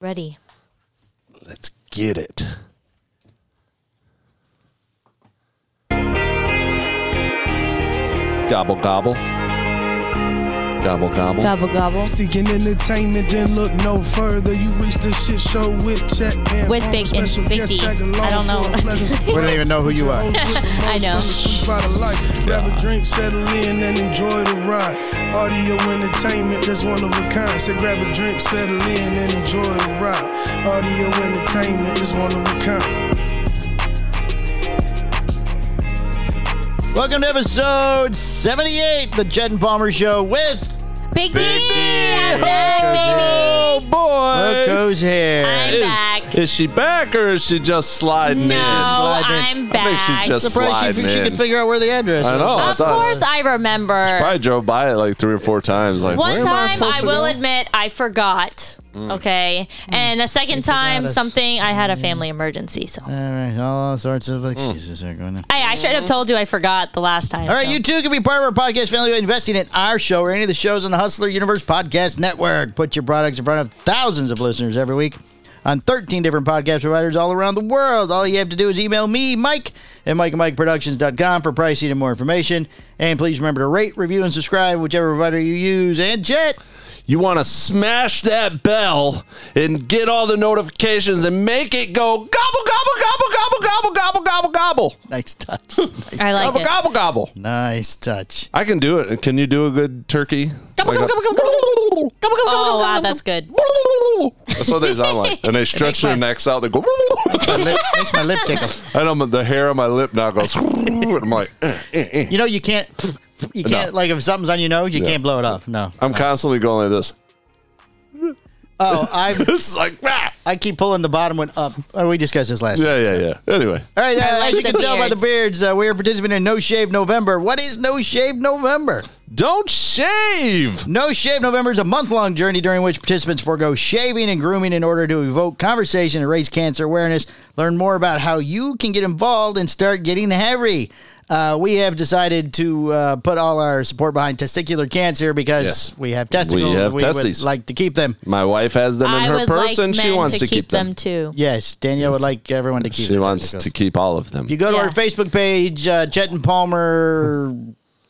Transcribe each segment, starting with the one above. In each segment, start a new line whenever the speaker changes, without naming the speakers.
Ready.
Let's get it. Gobble gobble. Gobble gobble.
Gobble gobble.
Seeking entertainment, then look no further. You reach the shit show with Chet and
With Big- and
special
Big
guest
D.
tag along
I don't know.
for a pleasant
We don't even know who you are.
I know.
Sweet spot of life. Grab a drink, settle in, and enjoy the ride. Audio entertainment, that's one of a kind. So grab a drink, settle in, and enjoy the ride. Audio entertainment, that's one of a kind.
Welcome to episode 78, the Jet and Palmer Show with
Big, D!
D.
I'm back, baby!
Look
Oh boy.
who's here.
I'm back.
Is she back or is she just sliding
No,
in?
Sliding.
I'm
I think
back.
she's just oh,
Surprised she,
sliding
she
in.
could figure out where the address
I
is.
know.
of
thought-
course, I remember.
Probably drove by it like three or four times. Like
One
where am
time,
supposed
I
to
will
go? Mm.
admit, I forgot. Okay. And the second time,
us.
something, I had a family emergency. So
Mm.
All right, all sorts of excuses are going on.
I, I should have told you I forgot the last time.
All right,
so.
you too can be part of our podcast family by investing in our show or any of the shows on the Hustler Universe Podcast Network. Put your products in front of thousands of listeners every week on 13 different podcast providers all around the world. All you have to do is email me, Mike, at MikeandMikeProductions.com for pricing and more information. And please remember to rate, review, and subscribe, whichever provider you use. And Jet,
You want to smash that bell and get all the notifications and make it go gobble gobble gobble gobble gobble gobble gobble gobble
nice touch. Nice,
I like
gobble
it.
gobble gobble.
nice touch.
I can do it. Can you do a good turkey? Like a-
Oh, wow, that's good.
That's what they sound like. And they stretch their
my-
necks out. They go.
Lip, makes my lip tickle.
And I'm, the hair on my lip now goes. And I'm like, eh, eh, eh.
You know, you can't, you
No.
can't, like if something's on your nose, you
Yeah.
can't blow it off. No.
I'm constantly going like this.
Oh, I'm.
This is like, ah.
I keep pulling the bottom one up. Oh, we discussed this last. time.
yeah, yeah, yeah. Anyway,
All right, uh,
I like
as you
the
can tell by the beards, uh, we are participating in No Shave November. What is No Shave November?
don't shave.
No Shave November is a month-long journey during which participants forego shaving and grooming in order to evoke conversation and raise cancer awareness. Learn more about how you can get involved and start getting hairy. Uh, we have decided to uh, put all our support behind testicular cancer because
Yes.
we have testicles.
We have
and we
testes.
would like to keep them.
My wife has them in
I
her
would
purse,
like
and she
men
wants
to keep
them.
them too.
Yes, Danielle would like everyone to keep.
She
their
wants
testicles.
to keep all of them.
If you go to
Yeah.
our Facebook page, uh, Chet and Palmer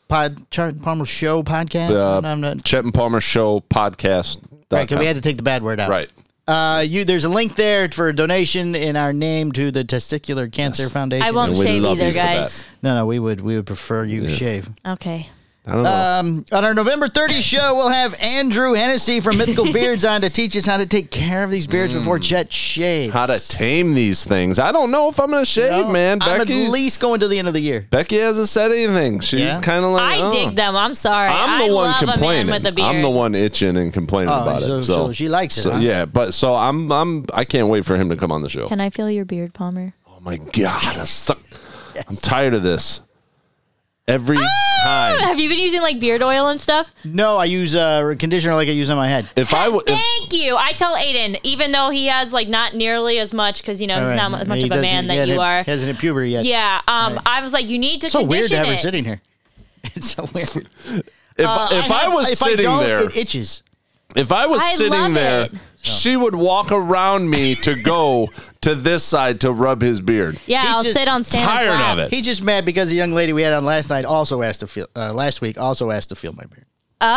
pod, Chet and Palmer Show podcast.
uh,
No, I'm not-
Chet and Palmer Show podcast.
right, 'cause we had to take the bad word out.
right.
Uh, you there's a link there for a donation in our name to the Testicular Cancer Foundation.
I won't
And we
shave
love
either,
you for that.
guys.
No, no, we would we would prefer you shave.
Okay.
I don't know.
Um, on our November 30th show, we'll have Andrew Hennessy from Mythical Beards on to teach us how to take care of these beards before Chet shaves.
How to tame these things? I don't know if I'm gonna shave,
No,
man.
I'm
Becky,
at least going to the end of the year.
Becky hasn't said anything. She's
Yeah?
kind of like
I
oh.
dig them. I'm sorry.
I'm the
I
one
love A
complaining.
man with a beard.
I'm the one itching and complaining
Oh,
about
so-
it. So,
so she likes it,
So,
huh?
Yeah, but so I'm I'm I can't wait for him to come on the show.
Can I feel your beard, Palmer?
oh my god, I suck. I'm tired of this. Every
Oh,
time,
Have you been using like beard oil and stuff?
No, I use uh, conditioner like I use on my head.
if I would, if,
Thank you. I tell Aiden, even though he has like not nearly as much, because you know he's
All right.
not as much
He
of a
doesn't-
man
he
that
hadn't-
you are.
Hasn't hit puberty yet.
Yeah. Um. I was like, you need to
It's so
condition
weird to have
it.
her sitting here. It's so weird. If,
if
Oh,
I was sitting there,
it itches.
If I was
I love
sitting there,
it.
she would walk around me to go to this side to rub his beard.
Yeah.
He's
I'll
just
sit on Santa's
tired
lap. Oh,
of it.
He's just mad because the young lady we had on last night also asked to feel uh, last week also asked to feel my beard.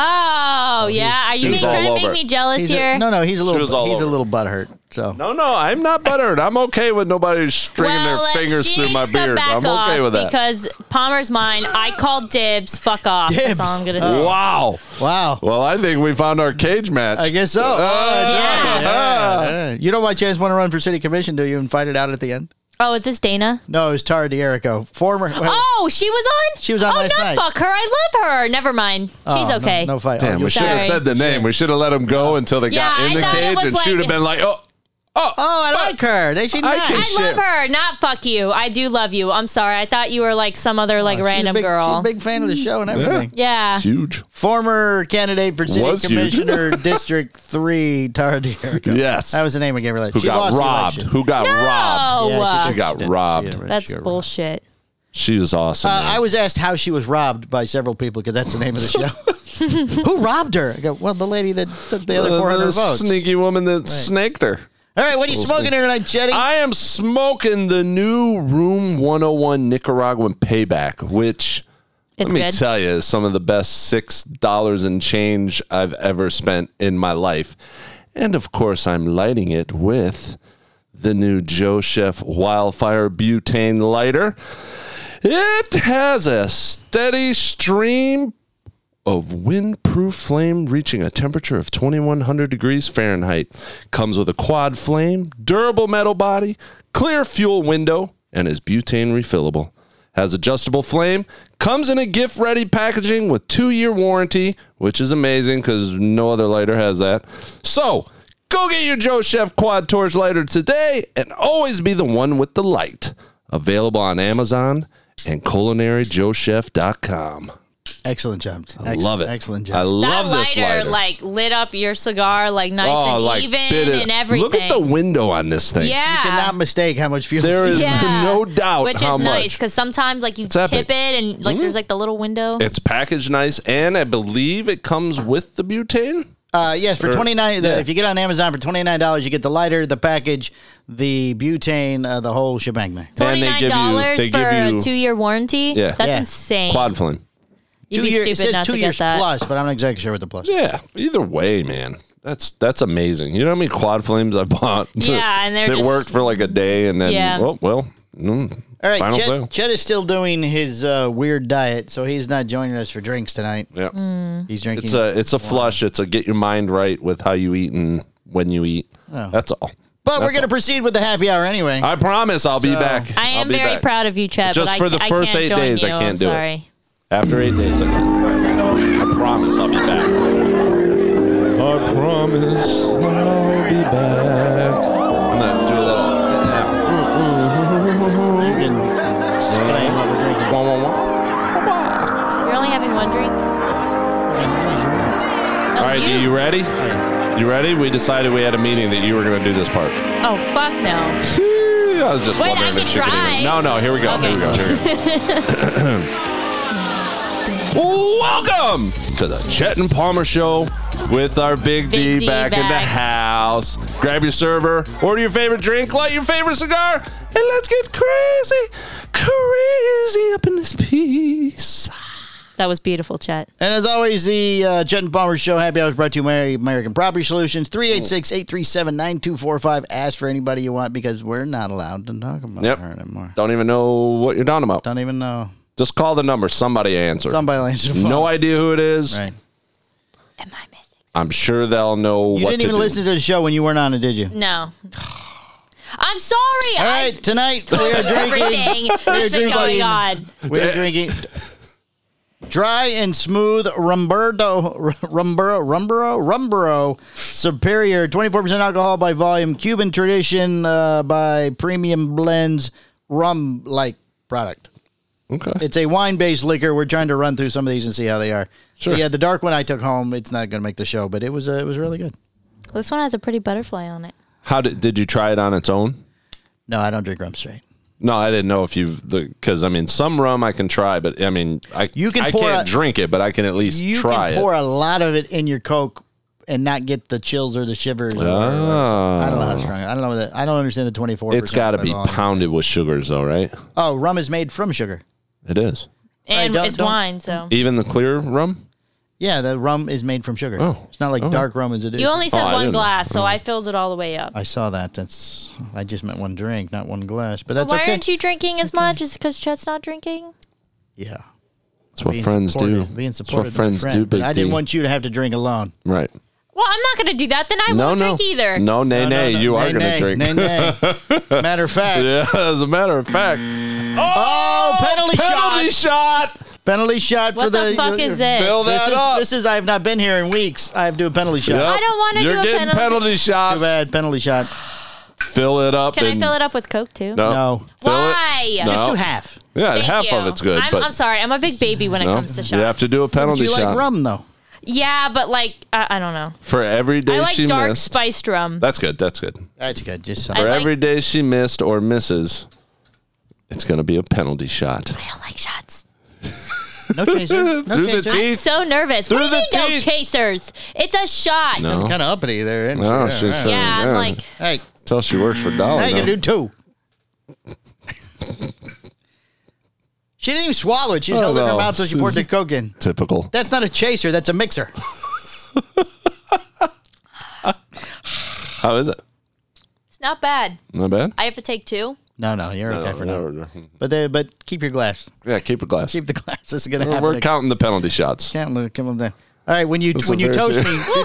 Oh yeah. Are you
he's
ma- trying to
all
make
over
me
it.
jealous
He's
here?
a, no, no, he's a
was
little
all
he's a
over
little butthurt. So
No, no, I'm not buttered. I'm okay with nobody stringing
Well, uh,
their fingers
she
through my
needs to
beard.
back
I'm okay
off
with that.
Because Palmer's mine. I called dibs. Fuck off.
Dibs.
That's all I'm gonna say.
wow.
wow,
Well, I think we found our cage match.
I guess so.
uh,
yeah.
Yeah, yeah. You don't by chance want to run for city commission, do you? And fight it out at the end?
Oh, is this Dana?
No, it was Tara D'Erico, former.
Oh, she was on.
She was on
Oh,
last
not
night. Oh,
fuck her. I love her. Never mind. Oh, She's
no,
okay.
No, fight.
Damn,
Oh,
we should have
sorry.
said the name. We should have let him go until they got
Yeah,
in
I
the
thought it
cage,
was
and she would
like-
have been like, "Oh, oh,
oh, I like her. They she
I
nice.
can-
I love
Shit.
her. Not fuck you. I do love you. I'm sorry. I thought you were like some other like
Oh, She's a
random
big- She's
girl.
a big fan of the show and everything.
yeah.
huge."
Former candidate for city
Was you?
commissioner, District Three, Tara D'Erico.
Yes.
that was the name of Gabriel.
Who got robbed? Who got robbed?
Oh, uh,
she got robbed.
that's bullshit.
She was awesome.
Uh,
man.
I was asked how she was robbed by several people because that's the name of the show. Who robbed her? I go, well, the lady that took the other
Uh,
400
the
votes.
Sneaky woman that snaked her.
All right, what are you smoking here tonight, Chetty?
I am smoking the new Room 101 Nicaraguan Payback, which
It's
let me
good.
tell you is some of the best six dollars and change I've ever spent in my life. And of course, I'm lighting it with the new Joe Chef Wildfire Butane Lighter. It has a steady stream of windproof flame reaching a temperature of 2100 degrees Fahrenheit. Comes with a quad flame, durable metal body, clear fuel window, and is butane refillable. Has adjustable flame, comes in a gift ready packaging with 2-year warranty, which is amazing cuz no other lighter has that. So, go get your Joe Chef quad torch lighter today and always be the one with the light. Available on Amazon and culinaryjoechef.com.
excellent job. Excellent,
I love it.
Excellent
I
job.
love
that
this
lighter,
lighter.
like lit up your cigar like nice and even
bit it-
and everything.
Look at the window on this thing.
yeah.
Cannot mistake how much fuel
There is
Yeah.
no doubt
Which
how
is nice
much.
because sometimes like you tip
epic. Mm.
it and like there's like the little window.
It's packaged nice, and I believe it comes with the butane.
Uh, yes, for twenty nine.
yeah.
If you get on Amazon for twenty nine dollars, you get the lighter, the package, the butane, uh, the whole shebang. man.
And
Twenty
they give
nine
you,
dollars
they
for
give you
a two year warranty.
Yeah.
that's
Yeah.
insane.
quad flame.
You'd
two
be
year,
stupid
it says
not
two
to get
years
that.
plus, but I'm not exactly sure what the plus.
Yeah. Either way, man. That's that's amazing. You know how many quad flames I bought? that-
Yeah, and they're
that
just-
worked for like a day, and then
Yeah.
oh well. mm,
All right,
final sale.
Chet, Chet is still doing his uh, weird diet, so he's not joining us for drinks tonight.
Yeah.
Mm.
He's drinking.
It's a it's a flush. It's a get your mind right with how you eat and when you eat. That's all.
but we're
that's
going to proceed with the happy hour anyway.
I promise I'll be
So-
back.
I
I'll
am
be
very
back.
proud of you, Chad.
Just
but
for
I,
the
I
first
can't
eight
join
days, I
you.
can't
I'm
do it.
sorry.
After eight days, I can. I promise I'll be back. I promise I'll be back. I'm gonna do a little.
You can explain what we're drinking.
Wah, wah, wah.
You're only having one drink. Oh,
All right, do you ready? You ready? We decided we had a meeting that you were gonna do this part.
Oh fuck no.
I was just
Wait, I
wondering
can
if she could
try.
even. No, no, here we go. Here we go.
Okay.
Here we go. Welcome to the Chet and Palmer Show with our Big, D,
Big D
back, in the
back.
house. Grab your server, order your favorite drink, light your favorite cigar, and let's get crazy, crazy up in this piece.
That was beautiful, Chet.
And as always, the uh, Jet and Palmer Show Happy Hour is brought to you by American Property Solutions, 386 837 9245. Ask for anybody you want because we're not allowed to talk about
Yep.
her anymore.
Don't even know what you're talking about.
Don't even know.
Just call the number. Somebody answer.
Somebody will answer the phone.
No idea who it is.
Right.
Am I missing?
I'm sure they'll know
You
what
didn't
to
even
do.
listen to the show when you weren't on it, did you?
No. I'm sorry.
All
I
right, tonight we are drinking.
everything. What's
drinking-
going on?
We are drinking dry and smooth Rumberto Rumbero Rumbero Rumbero Superior, twenty four percent alcohol by volume, Cuban tradition uh, by Premium Blends rum like product.
Okay.
It's a wine based liquor. We're trying to run through some of these and see how they are.
Sure.
Yeah, the dark one I took home. It's not going to make the show, but it was uh, it was really good.
This one has a pretty butterfly on it.
How did did you try it on its own?
No, I don't drink rum straight.
No, I didn't know if you've because I mean some rum I can try, but I mean I
You can
I
pour
can't
a-
drink it, but I can at least
you
try
can pour
it.
a lot of it in your coke and not get the chills or the shivers. Or, I don't know how strong. I don't know that. I don't understand the twenty four.
Oh. It's got to be pounded with sugars, though, right?
Oh, rum is made from sugar.
It is.
And
don't-
it's
don't-
wine, so
Even the clear rum.
Yeah, the rum is made from sugar.
Oh,
it's not like
okay.
dark rum is it?
you only said
Oh, I
one
didn't know.
glass, so I filled it all the way up.
I saw that. That's. I just meant one drink, not one glass. But that's
Why
okay.
aren't you drinking as much? Is because Chet's not drinking?
yeah.
That's what
Being
friends
supported-
do.
Being
That's
supported.
what friends do. Big
I
D.
didn't want you to have to drink alone.
right.
Well, I'm not gonna do that. Then I
No,
won't
no,
drink either.
no, nay, nay. You are
Nay,
gonna
nay,
drink.
Nay, nay. Matter of fact.
Yeah, as a matter of fact.
Oh, penalty,
Penalty
shot.
shot.
Penalty shot for
What
the.
the fuck is this?
Fill
This
that
is,
up.
this is I have not been here in weeks. I have to do a penalty shot.
Yep.
I don't wanna
You're
do a
getting
penalty.
penalty shots.
Too bad penalty shot.
Fill it up.
Can
and,
I fill it up with Coke too?
No.
No.
Fill it-
Why?
No.
Just do half.
Yeah,
Thank
half
you.
of it's good.
I'm,
but
I'm sorry. I'm a big baby when it
no,
comes to shots.
you have to do a
Do
penalty
you
shot
like rum though?
Yeah, but like I, I don't know.
for every day
I like
she
dark
missed.
spiced rum.
That's good. That's good.
That's good. Just
For
I like-
every day she missed or misses, it's going to be a penalty shot.
I don't like shots.
No chaser. No
Through the
chaser.
teeth.
So nervous.
Through
what do you
the
mean no
teeth.
chasers? It's a shot.
No.
Kind of uppity there. Isn't
No,
she?
she
Yeah,
said-
right.
Yeah,
Yeah.
I'm like,
Hey,
Tell she works for
now
Dolly.
you can
though.
do two. she didn't even swallow it. She's
Oh,
held it in her
no.
mouth till she poured the
Susan.
coke in.
Typical.
That's not a chaser. That's a mixer.
How is it?
it's not bad.
Not bad.
I have to take two.
No, no, you're okay for now.
No, no, no.
But they, but keep your glass.
Yeah, keep it glass.
Keep the glass. This is gonna
We're,
happen.
we're
again.
counting the penalty shots.
Can't look. Come on down. All right, when you
That's
when you toast me,
embarrassing.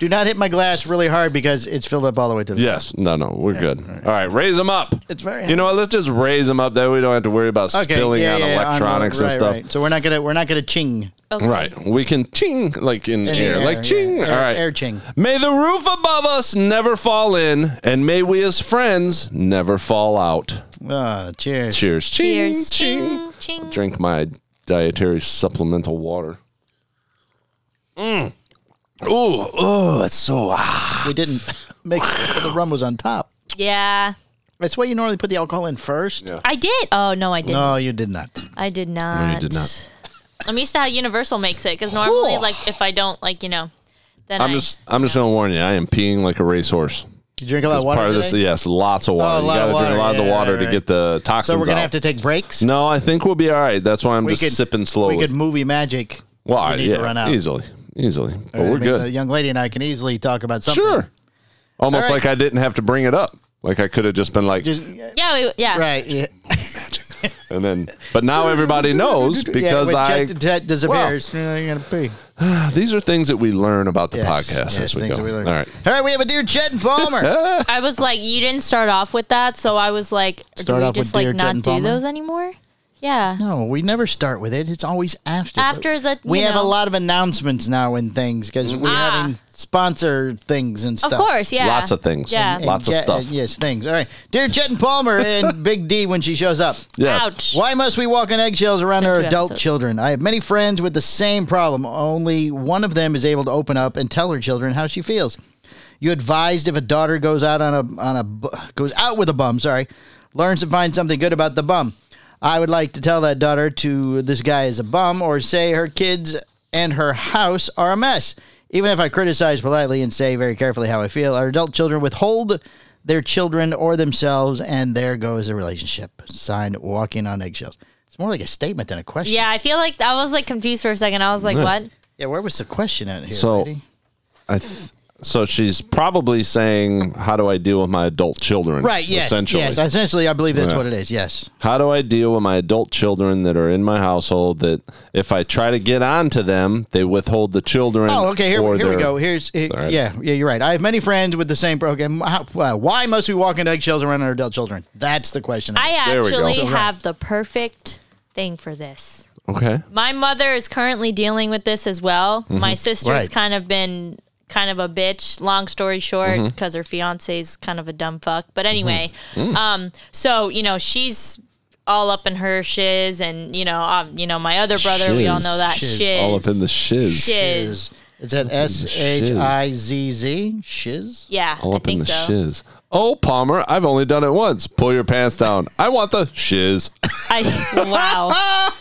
do, do not hit my glass really hard because it's filled up all the way to the.
Yes. No, no, we're good. All right. raise them up.
It's very
You know what? Let's just raise them up. That way we don't have to worry about
Okay,
spilling
yeah,
on
yeah, yeah,
electronics
right,
and stuff.
right. So we're not gonna we're not gonna ching.
Okay.
Right. We can ching like in,
the
air,
air,
like
yeah.
ching.
Air-
All right.
air ching.
May the roof above us never fall in, and may we as friends never fall out.
Oh, cheers.
Cheers. Ching,
Cheers.
Ching.
Ching, ching.
Drink my dietary supplemental water. Mm. Ooh, oh, that's so ah.
We didn't mix. it, but the rum was on top.
Yeah.
That's why you normally put the alcohol in first.
Yeah.
I did. Oh, no, I didn't.
No, you did not.
I did not.
you did not.
I'm used to how Universal makes it because normally, like, if I don't, like, you know, then
I'm
I-
just, I'm just gonna warn you. I am peeing like a racehorse.
You drink a lot of water.
Part of this,
today? Oh,
yes, lots of water.
a
you
lot of
gotta
water.
drink a lot of
Yeah,
the water
right,
to
right.
get the toxins
So we're gonna
out.
have to take breaks.
no, I think we'll be all right. That's why I'm
we
just sipping slowly.
We could movie magic.
well,
we
I-
need
yeah,
to run out.
easily, easily, but
I
we're
mean,
good.
The young lady and I can easily talk about something.
Sure. Almost
All right.
like I didn't have to bring it up. Like I could have just been like,
Just,
yeah, we, yeah.
right. Yeah.
and then, but now everybody knows because
yeah,
I.
when Jet- Jet disappears. you know, you're gonna pee.
These are things that we learn about the
Yes,
podcast
yes,
as we
things
go.
that learn.
All right.
All right, we have a dear Chet and Palmer.
I was like, you didn't start off with that, so I was like,
Start
do we
off with
just like
Dear Ted
not
and
do
Palmer?
those anymore? Yeah.
no, we never start with it. It's always after.
After the-
we
you
have a
know.
lot of announcements now and things because we're
Ah.
having sponsor things and
Of
stuff.
course, yeah.
Lots of things.
Yeah.
And
Lots of
Jet-
stuff.
yes, things. All right, dear Chet and Palmer and Big D when she shows up.
Yes.
Ouch.
Why must we walk on eggshells around
been
our
two
adult
episodes.
children? I have many friends with the same problem. Only one of them is able to open up and tell her children how she feels. You advised if a daughter goes out on a on a bu- goes out with a bum, sorry, learns to find something good about the bum. I would like to tell that daughter to this guy is a bum, or say her kids and her house are a mess. Even if I criticize politely and say very carefully how I feel, our adult children withhold their children or themselves, and there goes a relationship. Signed, walking on eggshells. It's more like a statement than a question.
Yeah, I feel like I was like confused for a second. I was like, what?
Yeah, where was the question at here?
So,
lady?
I th- so she's probably saying, "How do I deal with my adult children?"
right, yes,
Essentially,
yes. Essentially, I believe that's
Yeah.
what it is. Yes,
how do I deal with my adult children that are in my household? That if I try to get on to them, they withhold the children.
Oh, okay. Here,
or
here we
their-
go. Here's here-
All right.
yeah, yeah. You're right. I have many friends with the same program. How, uh, why must we walk into eggshells and run our adult children? That's the question.
I
There we go.
actually
So,
right.
have the perfect thing for this.
Okay.
my mother is currently dealing with this as well.
Mm-hmm.
My sister's
Right.
kind of been kind of a bitch. Long story short,
Mm-hmm.
because her fiance's kind of a dumb fuck. But anyway,
Mm.
um, so you know she's all up in her shiz, and you know, um, you know, my other brother, we all
Shiz.
know that
Shiz.
shiz,
All up in the shiz.
shiz.
Is that S H I Z Z shiz?
Yeah,
All
I
up in
think
the
so.
shiz. Oh, Palmer, I've only done it once. Pull your pants down. I want the shiz.
I wow.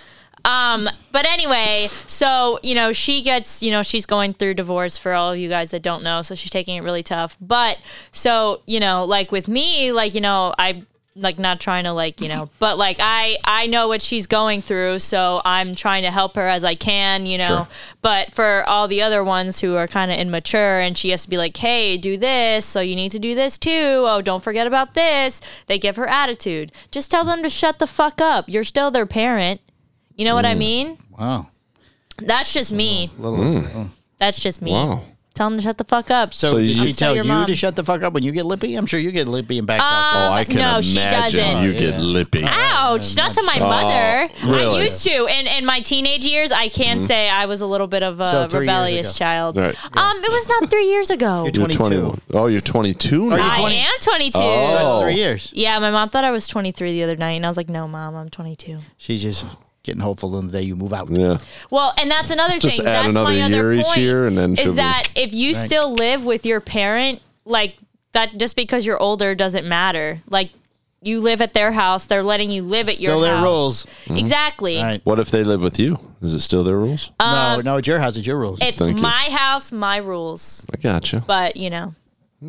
Um, but anyway, so you know, she gets, you know, she's going through divorce for all of you guys that don't know, so she's taking it really tough. But so, you know, like with me, like, you know, I like not trying to like, you know, but like I I know what she's going through, so I'm trying to help her as I can, you know.
Sure.
But for all the other ones who are kind of immature and she has to be like, "Hey, do this, so you need to do this too. Oh, don't forget about this." They give her attitude. Just tell them to shut the fuck up. You're still their parent. You know what I mean?
Wow.
That's just me. That's just me.
Wow.
Tell them to shut the fuck up.
So,
Hmm. So
did
you-
she
I'm
still
tell you
your mom. Um,
to shut the fuck up when you get lippy? I'm sure you get lippy and back talk.
Oh, I can
no, she
imagine
doesn't. Ah.
you get lippy.
Ouch! Not to my mother.
really? Mm-hmm.
I used to, and in my teenage years, I can say I was a little bit of a
So three years
rebellious
ago.
child.
Right.
Um, it was not three years ago.
You're
You're
22.
21. Oh, you're 22
you're
now.
I
20.
am 22.
Oh.
That's three years.
Yeah, my mom thought I was 23 the other night, and I was like, "No, mom, I'm 22."
She's just getting hopeful on the day you move out.
Yeah.
Well, and that's another
Let's
thing.
just add
that's
another
my
year
other
each
point.
year, and then she'll
is
be-
that if you
Right.
still live with your parent, like that, just because you're older doesn't matter. Like you live at their house. They're letting you live at
Still
your
their
house.
rules.
Mm-hmm.
Exactly.
All right.
What if they live with you? Is it still their rules?
Uh, Um,
no, no, it's your house. It's your rules.
It's
Thank you.
my house, my rules.
I gotcha.
But you know,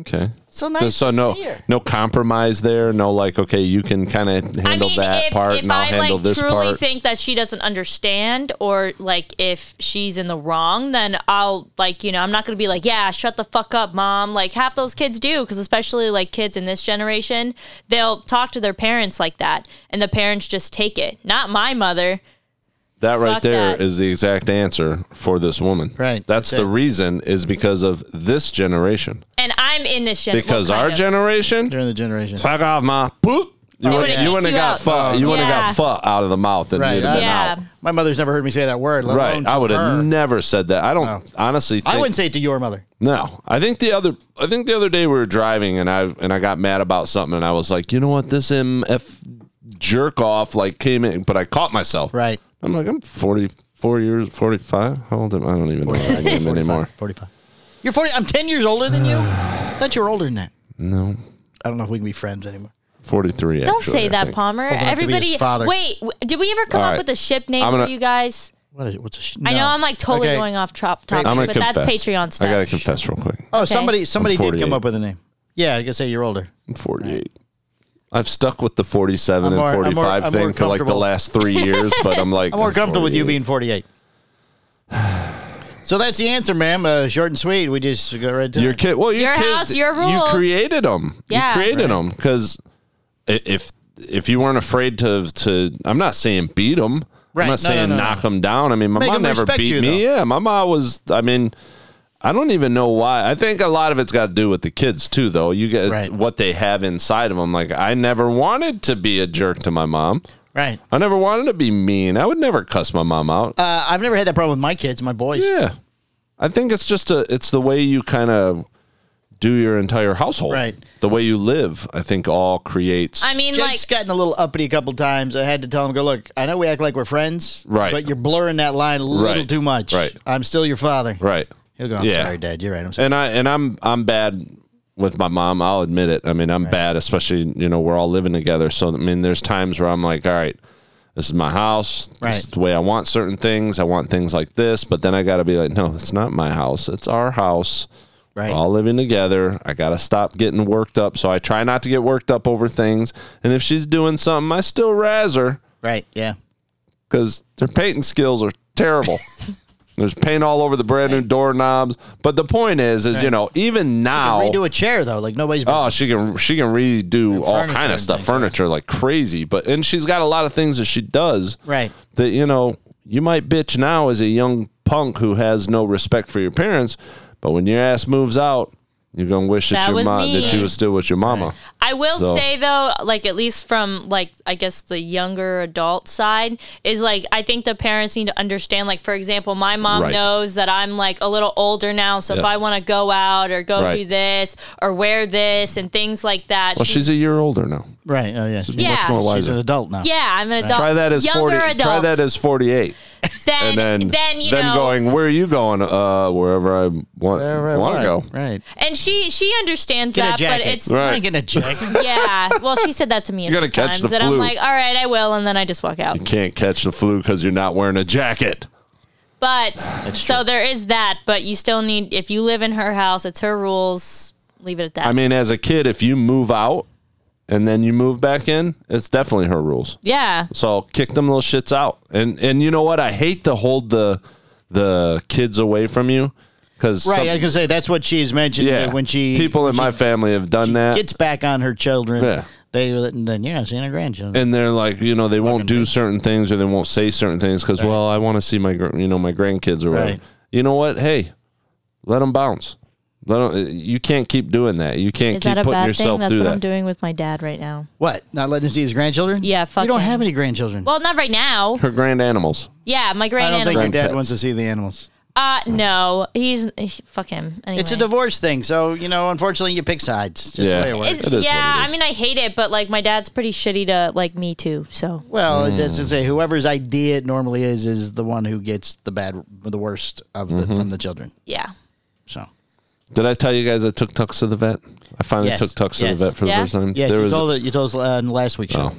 Okay.
so nice.
so
to
no,
see her.
no compromise there. No, like okay, you can kind of handle
I mean,
that
if,
part,
if
and I'll
I
handle
like
this
truly
part.
think that she doesn't understand, or like if she's in the wrong, then I'll like you know I'm not gonna be like yeah shut the fuck up mom like half those kids do because especially like kids in this generation they'll talk to their parents like that and the parents just take it. Not my mother.
that right
fuck
there is
that.
the exact answer for this woman.
Right.
That's
That's
the
it.
reason is because of this generation.
And I'm in this generation
Because our generation,
During the generation.
fuck off, ma. Boop. You
They
wouldn't
would've
you
kicked
wouldn't
you
have got
out.
fuck. You wouldn't
Yeah.
have got fuck out of the mouth, and
Right.
you'd have been
Yeah.
out.
My mother's never heard me say that word. Let
Right.
alone
I
to
would have
her.
never said that. I don't honestly. Think,
I wouldn't say it to your mother.
No, I think the other. I think the other day we were driving and I and I got mad about something and I was like, you know what, this MF jerk off like came in, but I caught myself.
Right.
I'm like, I'm 44 years, 45. How old am I? I don't even know what I am anymore.
45. You're 40. I'm 10 years older than you. I thought you were older than that.
No,
I don't know if we can be friends anymore.
43.
Don't
actually,
say
I
that,
think.
Palmer.
Open up to be his
Everybody,
father.
wait. w- Did we ever come
All
up
right.
with a ship name
I'm gonna-
for you guys?
What is it? What's a sh-
I know
no.
I'm like totally
Okay.
going off top topic,
I'm
but
gonna confess.
that's Patreon stuff.
I gotta confess real quick.
Oh,
Okay.
somebody somebody did
48.
come up with a name. Yeah, I can say you're older.
I'm 48. I've stuck with the 47
I'm more-
and
I'm more-
45
I'm more
thing for like the
comfortable.
last three years, but I'm like,
I'm more comfortable with you
48.
being 48. So that's the answer, ma'am. Uh, short and sweet. We just go right to
Your
it.
kid. Well, your,
Your
kid,
house, your
You
rules.
created them.
Yeah.
you created them because if if you weren't afraid to to, I'm not saying beat them.
Right.
I'm
No,
not saying
no, no,
knock them down. I mean, my
Make
mom
'em
never
respect
beat
you,
me.
though.
Yeah, my mom was. I mean. I don't even know why. I think a lot of it's got to do with the kids too, though. You get
Right.
what they have inside of them. Like I never wanted to be a jerk to my mom.
Right.
I never wanted to be mean. I would never cuss my mom out.
Uh, I've never had that problem with my kids, my boys.
Yeah. I think it's just a it's the way you kind of do your entire household.
Right.
The way you live, I think all creates
I mean, like,
Jake's gotten a little uppity a couple times. I had to tell him, go, look, I know we act like we're friends,
Right.
but you're blurring that line a little
Right.
too much.
Right.
I'm still your father.
Right.
He'll go, I'm
Yeah.
sorry, Dad. You're right. I'm sorry.
And I and I'm I'm bad with my mom, I'll admit it. I mean, I'm bad, especially, you know, we're all living together. So I mean, there's times where I'm like, all right, this is my house. This
Right.
is the way I want certain things. I want things like this, but then I got to be like, no, it's not my house. It's our house.
Right.
We're all living together. I got to stop getting worked up. So I try not to get worked up over things. And if she's doing something, I still razz her
Right. Yeah.
because their painting skills are terrible. There's paint all over the brand new doorknobs. But the point is, is, you know, even now.
Redo a chair, though. Like, nobody's.
Oh, she can she can redo all
furniture
kind of
and
stuff,
things,
furniture like crazy. But and she's got a lot of things that she does
Right.
that you know you might bitch now as a young punk who has no respect for your parents, but when your ass moves out, you're gonna wish that,
That
your
was
mom that
me.
you was still with your mama.
I will
So-
say though, like at least from like I guess the younger adult side is like I think the parents need to understand. Like for example, my mom
Right.
knows that I'm like a little older now, so if
Yes.
I want to go out or go
Right.
do this or wear this and things like that,
Well, she's a year older now.
Right. Oh, yeah.
Yeah.
Much more
She's
wiser.
an adult now.
yeah, I'm an adult.
try that as
younger
forty.
adult.
Try that as forty-eight,
then,
and then
then you
them
know
going. Where are you going? Uh, wherever I want
Right,
want to
right,
go.
Right.
and she she understands
Get a
that, but
jacket.
it's
Right.
I ain't getting a jacket.
yeah. Well, she said that to me. You
gotta catch
times,
the
and
flu.
I'm like, all right, I will, and then I just walk out.
Can't catch the flu because you're not wearing a jacket.
But so there is that, but you still need if you live in her house, it's her rules. Leave it at that.
I mean, as a kid, if you move out and then you move back in, it's definitely her rules.
yeah.
So kick them little shits out. And and you know what? I hate to hold the the kids away from you because
Right. I can say that's what she's mentioned
yeah,
that when she
people in my family have done that.
gets back on her children,
Yeah.
they then you're not seeing her grandchildren.
and they're like, you know, they won't do certain things or they won't say certain things because, well, I want to see my, gr- you know, my grandkids or whatever.
Right.
You know what? Hey, let them bounce. Let 'em- you can't keep doing that. You can't
Is
keep
that a
putting
bad thing?
yourself
That's
through
what
that.
I'm doing with my dad right now.
what? Not letting him see his grandchildren?
Yeah, fuck
You don't
him.
have any grandchildren.
Well, not right now.
Her grand animals.
Yeah, my
I
grand
don't think your
animal.
dad
Grandpets.
wants to see the animals.
Uh, no, he's fuck him. Anyway.
It's a divorce thing, so you know, unfortunately, you pick sides. Just
Yeah.
the way it works.
It's-
It is what
yeah,
it
I mean, I hate it, but like my dad's pretty shitty to like me too. So
well, that's
Hmm.
to say, whoever's idea it normally is
Mm-hmm.
is the one who gets the bad, the worst of the, from the children.
yeah.
So
Did I tell you guys I took Tux to the vet? I finally
Yes.
took Tux to
Yes.
the vet for
Yeah?
the first time.
Yes,
there
you
was
told it. You told us uh, in last week's show.
Oh.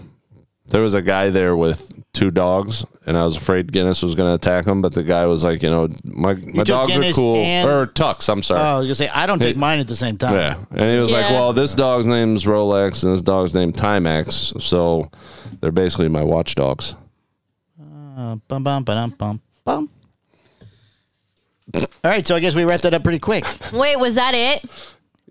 there was a guy there with two dogs, and I was afraid Guinness was going to attack him, but the guy was like, you know, my my
took
dogs
Guinness
are cool
and-
or Tux. I'm sorry.
Oh, I was gonna say I don't take mine at the same time.
Yeah. And he was like,
Yeah.
well, this dog's name's Rolex and this dog's named Timex. So they're basically my watchdogs.
Uh, bum bum ba-dum, bum bum. All right, so I guess we wrapped that up pretty quick.
Wait, was that it?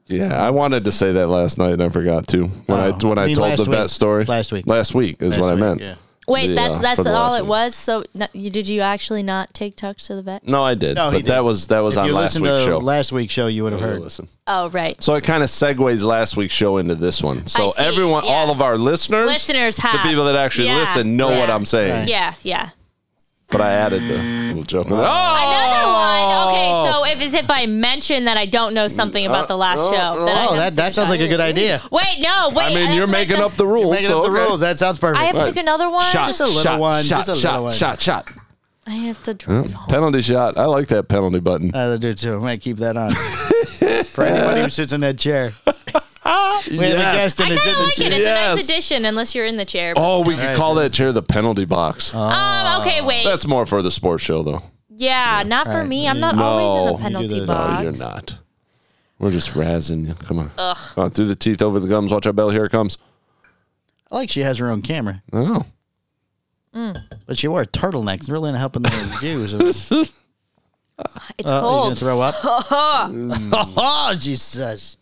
Yeah. I wanted to say that last night and I forgot to when I
Oh,
when
you
I
mean
told
last
the
week.
vet story.
Last week.
Last week is
Last
what I
week,
meant.
yeah.
Wait,
Yeah,
that's that's
for the
all
last
it
week.
was. So no, you, did you actually not take Tux to the vet?
No, I did.
No, he
but that
didn't.
was that was
If
on
you
last
listened
week's
to
show.
Last week's show, you would have heard.
Listen.
Oh, right.
So it kind of segues last week's show into this one. So
I see,
everyone,
yeah.
all of our listeners,
Listeners have
the people that actually
Yeah,
listen, know what
yeah.
I'm saying.
Right.
Yeah, yeah.
But I added the little joke. Oh,
Another one. Okay, so if it's if I mention that I don't know something about the last show, then I
Uh, Oh,
have
that,
to-
that sounds like a good idea.
Wait, no, wait.
I mean,
that's
you're
what
making
thought-
up the rules.
Making
so
up the
okay.
rules. eh? That sounds perfect.
I have to
Right.
take another one.
Shot,
Just a little
shot,
one,
shot,
just a
shot,
little one.
shot, shot.
I have to. Draw.
Penalty shot. I like that penalty button.
I do too. I might keep that on for anybody who sits in that chair. we have a guest
I
and
kind
it's
of
in the
like
chair.
it. It's a
Yes.
nice addition, unless you're in the chair.
Oh, we could call that chair the penalty box.
Uh-huh.
um, okay, wait.
That's more for the sports show, though.
yeah, not for me. I'm not always in
No,
the
you
penalty
do that.
box.
No, you're not. We're just razzing you. Come on. Come on, Through the teeth, over the gums. Watch our bell. Here it comes.
I like she has her own camera,
I know.
but she wore a turtleneck. It's really not helping the views. Uh,
Uh,
It's
Are you gonna
cold.
throw up? oh Jesus!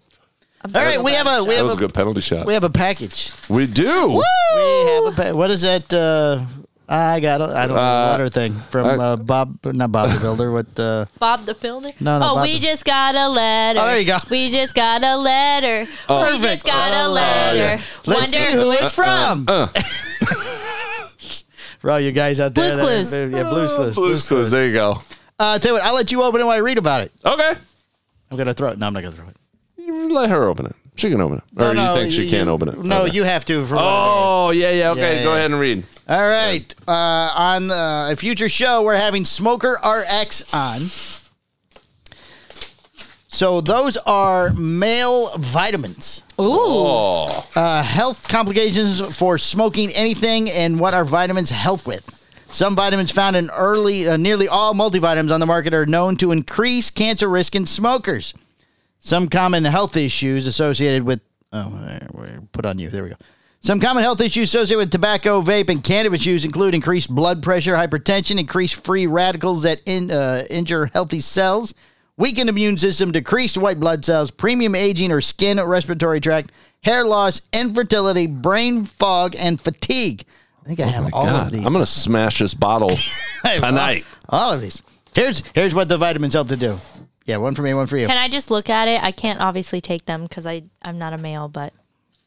All right, we have a we
That
have
was
a,
a good penalty shot.
we have a package.
We do.
We have a pa- what is that? Uh, I got a, I don't know
Uh,
water thing from
I-
uh, Bob, not Bob the Builder. What? Uh,
Bob the Builder?
No, no,
Oh,
Bob
we
the-
just got a letter.
Oh, there you go.
We just got a letter. We just got a
Oh,
letter.
Let's
Wonder
see who it's from.
Uh,
For all you guys out there,
Blue's Clues.
that- yeah, Blue's Clues.
Uh, Blues Clues. There you go.
Uh, tell you what, I'll let you open it while I read about it.
Okay.
I'm gonna throw it. No, I'm not gonna throw it.
You let her open it. She can open it. or you
no,
think she
you-
can
you-
open it?
No,
Okay.
you have to. For oh.
Oh yeah, yeah. Okay,
Yeah,
go
yeah.
ahead and read.
All right. Uh, on uh, a future show, we're having Smoker RX on. So those are male vitamins.
Ooh.
Oh,
uh, health complications for smoking anything and what our vitamins help with. Some vitamins found in early, uh, nearly all multivitamins on the market are known to increase cancer risk in smokers. Some common health issues associated with, oh, eh, we're put on you. There we go. Some common health issues associated with tobacco, vape, and cannabis use include increased blood pressure, hypertension, increased free radicals that in, uh, injure healthy cells, weakened immune system, decreased white blood cells, premium aging or skin or respiratory tract, hair loss, infertility, brain fog, and fatigue. I think I have all of
Oh God!
these.
I'm gonna smash this bottle
Hey,
tonight.
All, all of these. Here's here's what the vitamins help to do. Yeah, one for me, one for you.
Can I just look at it? I can't obviously take them because I I'm not a male, but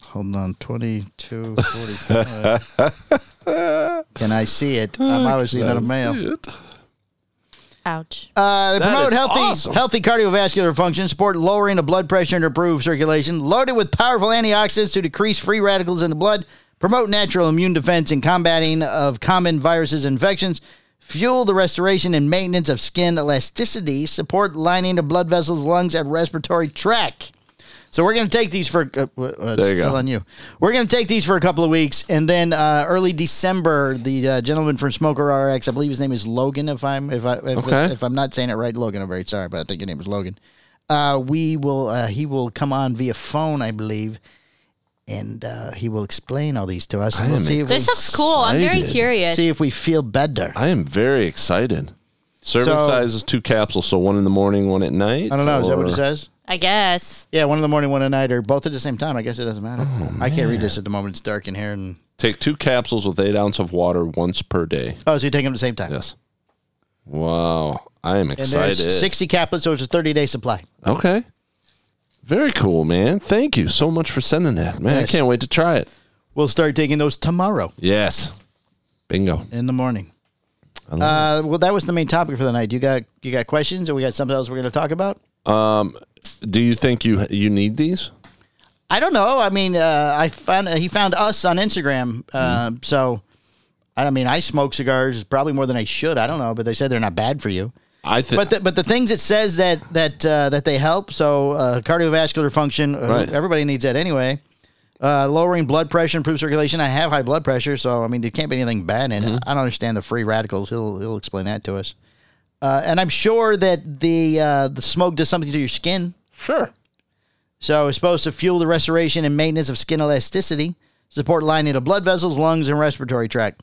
Hold on, 22, 45. Can I see it? I'm obviously not a male.
ouch.
Uh, they
That
promote
is
healthy,
awesome.
healthy cardiovascular function, support lowering of blood pressure and improve circulation, loaded with powerful antioxidants to decrease free radicals in the blood, promote natural immune defense and combating of common viruses and infections, fuel the restoration and maintenance of skin elasticity, support lining of blood vessels, lungs, and respiratory tract. So we're going to take these for uh, uh, uh,
There you
still
go.
on you. We're going to take these for a couple of weeks, and then uh, early December, the uh, gentleman from Smoker RX, I believe his name is Logan. If I'm if I if,
Okay.
if I'm not saying it right, Logan, I'm very sorry, but I think your name is Logan. Uh, we will uh, he will come on via phone, I believe, and uh, he will explain all these to us. And we'll
am
see if, we,
This looks cool. I'm very
excited.
curious.
see if we feel better.
I am very excited. Serving
So-
size is two capsules, so one in the morning, one at night.
I don't know. Is that what
or-
it says?
I guess.
Yeah, one in the morning, one at night, or both at the same time. I guess it doesn't matter.
Oh,
I can't read this at the moment. It's dark in here, and
Take two capsules with eight ounces of water once per day.
oh, so you take them at the same time.
Yes. Wow, I am
And there's
excited.
60 caplets, so it's a 30 day supply.
Okay. Very cool, man. Thank you so much for sending that, man.
Yes.
I can't wait to try it.
We'll start taking those tomorrow
Yes. Bingo.
in the morning.
I love
Uh, well, that was the main topic for the night. You got you got questions, or we got something else we're going to talk about?
Do you think you you need these?
I don't know. I mean, uh, I found he found us on Instagram, uh,
Mm-hmm.
so I mean, I smoke cigars probably more than I should. I don't know, but they said they're not bad for you.
I think
But the, but the things it says that that uh, that they help so uh, cardiovascular function uh,
Right.
everybody needs that anyway. Uh, lowering blood pressure, improve circulation. I have high blood pressure, so I mean there can't be anything bad in
Mm-hmm.
it. I don't understand the free radicals. He'll he'll explain that to us. Uh, and I'm sure that the uh, the smoke does something to your skin.
sure.
So it's supposed to fuel the restoration and maintenance of skin elasticity, support lining of blood vessels, lungs, and respiratory tract.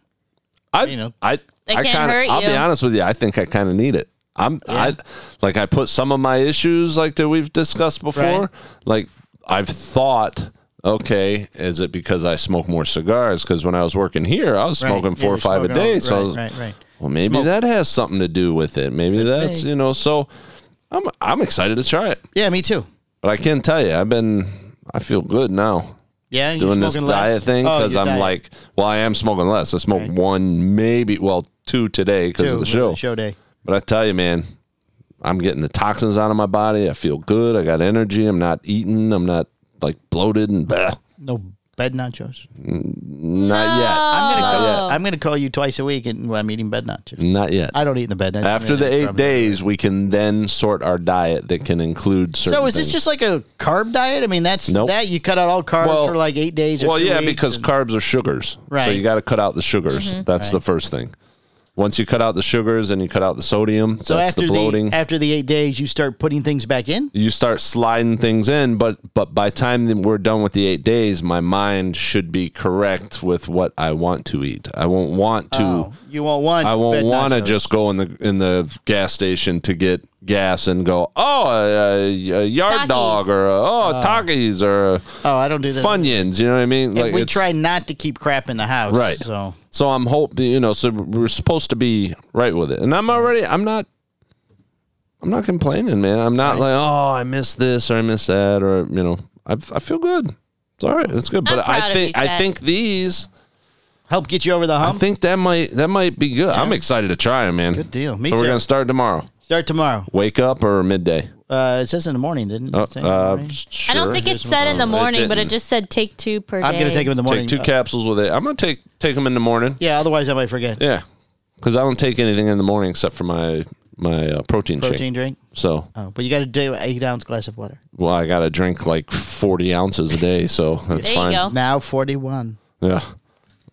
I
you know.
I
They
I
can't
kinda,
hurt
I'll be
you.
honest with you. I think I kind of need it. I'm I like I put some of my issues like that we've discussed before.
Right.
Like I've thought, okay, is it because I smoke more cigars? Because when I was working here, I was
Right.
smoking
Yeah,
four or
you're
five a
smoking
day.
all-
so I
right,
was-
right, right.
well, maybe that has something to do with it. Maybe that's
be.
you know. So I'm I'm excited to try it,
Yeah, me too.
but I can tell you, I've been I feel good now.
Yeah, you're
doing this
smoking less.
diet thing
Oh,
because
your
I'm
diet.
like, well, I am smoking less. I smoke one, maybe, well, two today because
Too,
of the show.
show day.
But I tell you, man, I'm getting the toxins out of my body. I feel good. I got energy. I'm not eating. I'm not like bloated and blah.
No bed nachos.
Not
I'm gonna
Not
call.
yet.
I'm gonna call you twice a week, and well, I'm eating bed nachos.
yet. Not yet.
I don't eat in the bed. nachos.
After the eight
Probably.
days, we can then sort our diet that can include certain
So is this
things.
just like a carb diet? I mean, that's
Nope.
that you cut out all carbs
Well-
for like eight days. Or
well,
two
yeah,
weeks
because
and-
carbs are sugars. So
Right. Mm-hmm.
you got to cut out the sugars. That's the first thing. Once you cut out the sugars and you cut out the sodium,
so
that's
after
the bloating.
after the eight days, you start putting things back in.
you start sliding things in but but by the time that we're done with the eight days my mind should be correct with what i want to eat i won't want to
Oh, You won't want.
i won't
bed
want to
nachos.
just go in the in the gas station to get gas and go oh a, a, a yard
Takis.
dog or a, oh Takis or a
Oh, I don't do that.
funyuns you know what i mean
And we
it's-
try not to keep crap in the house.
Right.
So
so i'm hoping you know so we're supposed to be right with it and i'm already i'm not i'm not complaining man i'm not like oh i miss this or i miss that or you know i, I feel good it's all right it's good but
proud
i
of
think
you,
i
Chad.
think these
help get you over the
i
hump.
think that might that might be good i'm excited to try them man
Um, Good deal. Me
so
too.
we're gonna start tomorrow
Start tomorrow.
wake up or midday
Uh, it says in the morning, didn't it?
uh,
Say in the
uh,
morning?
I
sure.
don't think it said in the
It
morning, but
didn't.
it just said take two per
I'm
day.
gonna take them in the morning. Uh,
take two capsules with it i'm gonna take take them in the morning
yeah, otherwise I might forget.
yeah because i don't take anything in the morning except for my my uh, protein,
Protein
shake
drink.
so
Oh, but you got to do an eight ounce glass of water.
Well, I gotta drink like forty ounces a day, so that's
There you
fine.
go.
Now forty one.
Yeah,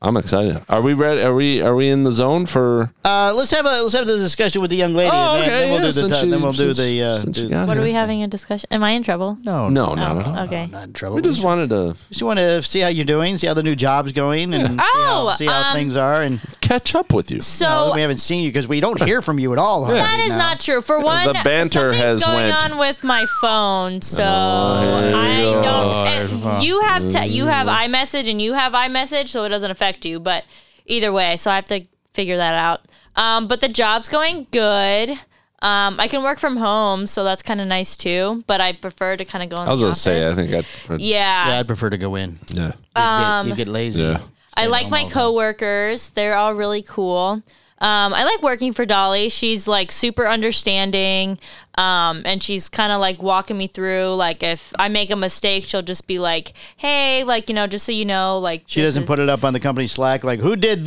I'm excited. Are we ready? Are we are we in the zone for?
Uh, let's have a let's have the discussion with the young lady.
Oh,
and then,
okay,
then we'll
yeah,
do the
since
then we'll do
you-
the. Uh,
since you
do- Oh,
got
What are
here.
we having a discussion? Am I in trouble?
no,
No, not at all.
Okay.
not in trouble.
We just wanted to
just want to see how you're doing, see how the new job's going, and see how,
Oh,
see how
um,
things are. And uh,
catch up with you.
So
we haven't seen you because we don't hear from you at all. hardly
That is
now.
not true. For one,
banter
something's
has
going
went. Oh,
on with my phone, so
here
I
we go.
don't. and you have te- you have iMessage and you have iMessage, so it doesn't affect you. But either way, so I have to figure that out. Um, but the job's going good. Um, I can work from home, so that's kind of nice too. But I prefer to kind of go. In
I was
the
gonna say, I
office.
think I.
Yeah,
Yeah, Oh, I'd prefer to go in. You
Yeah.
get, you'd get lazy.
Yeah.
Um, I like my coworkers. They're all really cool. Um, I like working for Dolly. She's like super understanding, um, and she's kind of like walking me through. Like if I make a mistake, she'll just be like, "Hey, like you know, just so you know, like
She doesn't put it up on the company Slack like, "Who did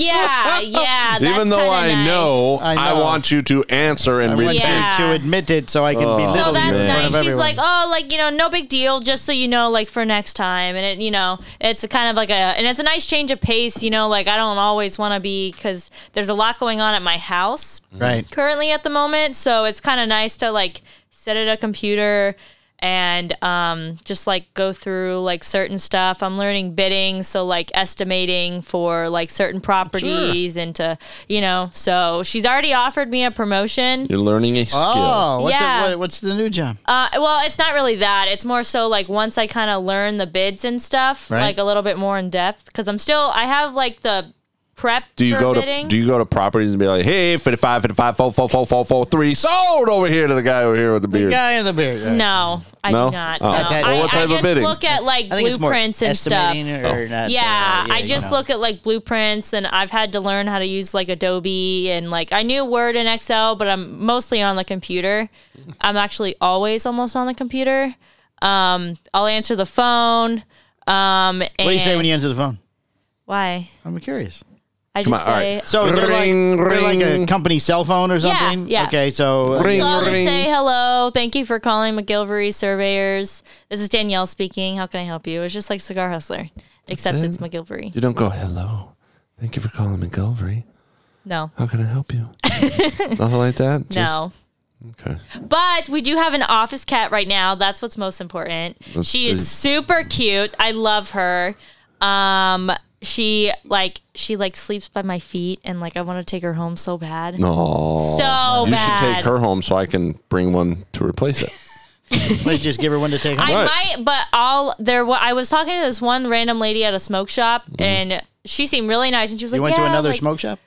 Yeah, yeah. that's
Even though
kinda
I
nice.
know, I
I know.
want you to answer and
I want
repeat.
Yeah.
you to admit it so I can be
So
little
that's
in front
nice.
of
She's
everyone.
like, oh, like you know, no big deal. Just so you know, like for next time, and it, you know, it's a kind of like a, and it's a nice change of pace. You know, like I don't always want to be because there's a lot going on at my house
right.
currently at the moment, so it's kind of nice to like sit at a computer and um, just like go through like certain stuff. I'm learning bidding, so like estimating for like certain properties and to you know. So she's already offered me a promotion.
You're learning a skill.
Oh, what's,
Yeah.
the, what, what's the new job?
Uh, well, it's not really that. It's more so like once I kind of learn the bids and stuff,
Right.
like a little bit more in depth, because I'm still I have like the prep.
Do you
for
go
bidding.
to do you go to properties and be like, hey, 55, 55, 4, 4, 4, 4, 4, 3, sold over here to the guy over here with the beard?
Guy in the beard. All right.
No, I
No?
do not.
Oh.
no.
Not that-
I,
Well,
what
I
type of
just
bidding?
look at like
I think it's more
blueprints and stuff.
estimating
Oh.
or not,
yeah,
uh, yeah,
I
you
just
know.
look at like blueprints, and I've had to learn how to use like Adobe and like I knew Word and Excel, but I'm mostly on the computer. I'm actually always almost on the computer. Um, I'll answer the phone. Um,
What do you say when you answer the phone?
why?
I'm curious.
I
Come
just
on, all
say,
right.
So is there like,
Ring,
they're like a
ring.
company cell phone or
Yeah,
something?
yeah.
Okay, so uh,
Ring,
so I'll just
ring.
say hello. Thank you for calling McGilvery Surveyors. This is Danielle speaking. How can I help you? It's just like Cigar Hustler, except
it.
it's McGilvery.
You don't go, hello. Thank you for calling McGilvery.
No,
How can I help you? Nothing like that? Just-
no.
Okay.
But we do have an office cat right now. That's what's most important.
That's
she is
the-
super cute. I love her. Um, she like she like sleeps by my feet, and like I want to take her home so bad.
No.
So
you
bad.
should take her home so I can bring one to replace it.
let's just give her one to take
I
home.
might, but all there. wa- I was talking to this one random lady at a smoke shop,
Mm-hmm.
and she seemed really nice. And she was
You
like,
went to
"Yeah,
another
like,
smoke Mm. shop?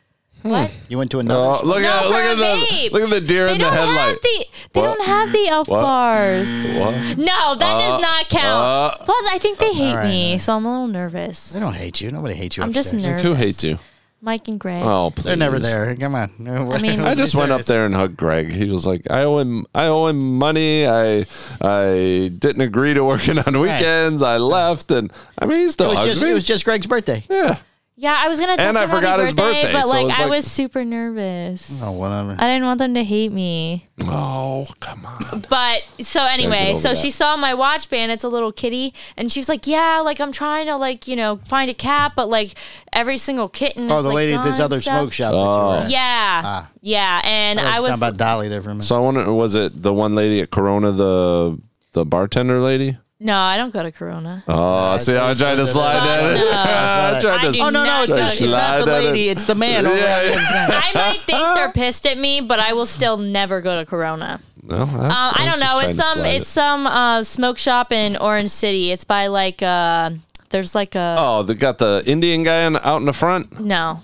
What?
You went to
Oh,
another?
look
No,
at
for
look
a
at the
vape.
look at the deer
They
in the
don't
headlight.
have the. They
What?
don't have the elf
What?
bars.
What?
No, that does not count.
uh,
Plus, I think they hate
right,
me, so I'm a little nervous.
They don't hate you. Nobody hates you.
I'm just nervous.
upstairs.
Who hates you?
Mike and Greg.
Oh, please.
They're never there. Come on. I
mean-
I just went up there and hugged Greg. He was like, "I owe him. I owe him money. I I didn't agree to working on weekends. I left, and I mean, he
It
still
was,
hugs
just,
me.
it was just Greg's birthday.
yeah,
Yeah, I was gonna. Text
And I
him happy
forgot his birthday,
but
so
like
it's
I
like-
was super nervous.
Oh, whatever.
I didn't want them to hate me.
Oh, come on.
But so anyway,
over
so
that.
she saw my watch band. It's a little kitty, and she's like, "Yeah, like I'm trying to like you know find a cat, but like every single kitten."
oh,
is,
the
like,
lady at this
gone and
other
stuff."
smoke shop. That you were at.
Yeah,
Ah.
yeah, and
I
I was
was talking about Dolly there for a minute.
Oh. So I wonder, was it the one lady at Corona, the the bartender lady?
no, I don't go to Corona.
Oh, see, how I tried to slide
Fuck
in. it?
no.
I
I
tried
do
to.
oh no, no, it's
Sorry,
not, it's not the
slide out of-
lady. It's the man. Over
Yeah,
on the
yeah.
other side.
I might think they're pissed at me, but I will still never go to Corona.
No, I,
Um, I don't know. It's some it's some uh, smoke shop in Orange City. It's by like uh, there's like a
Oh, they got the Indian guy in, out in the front.
no.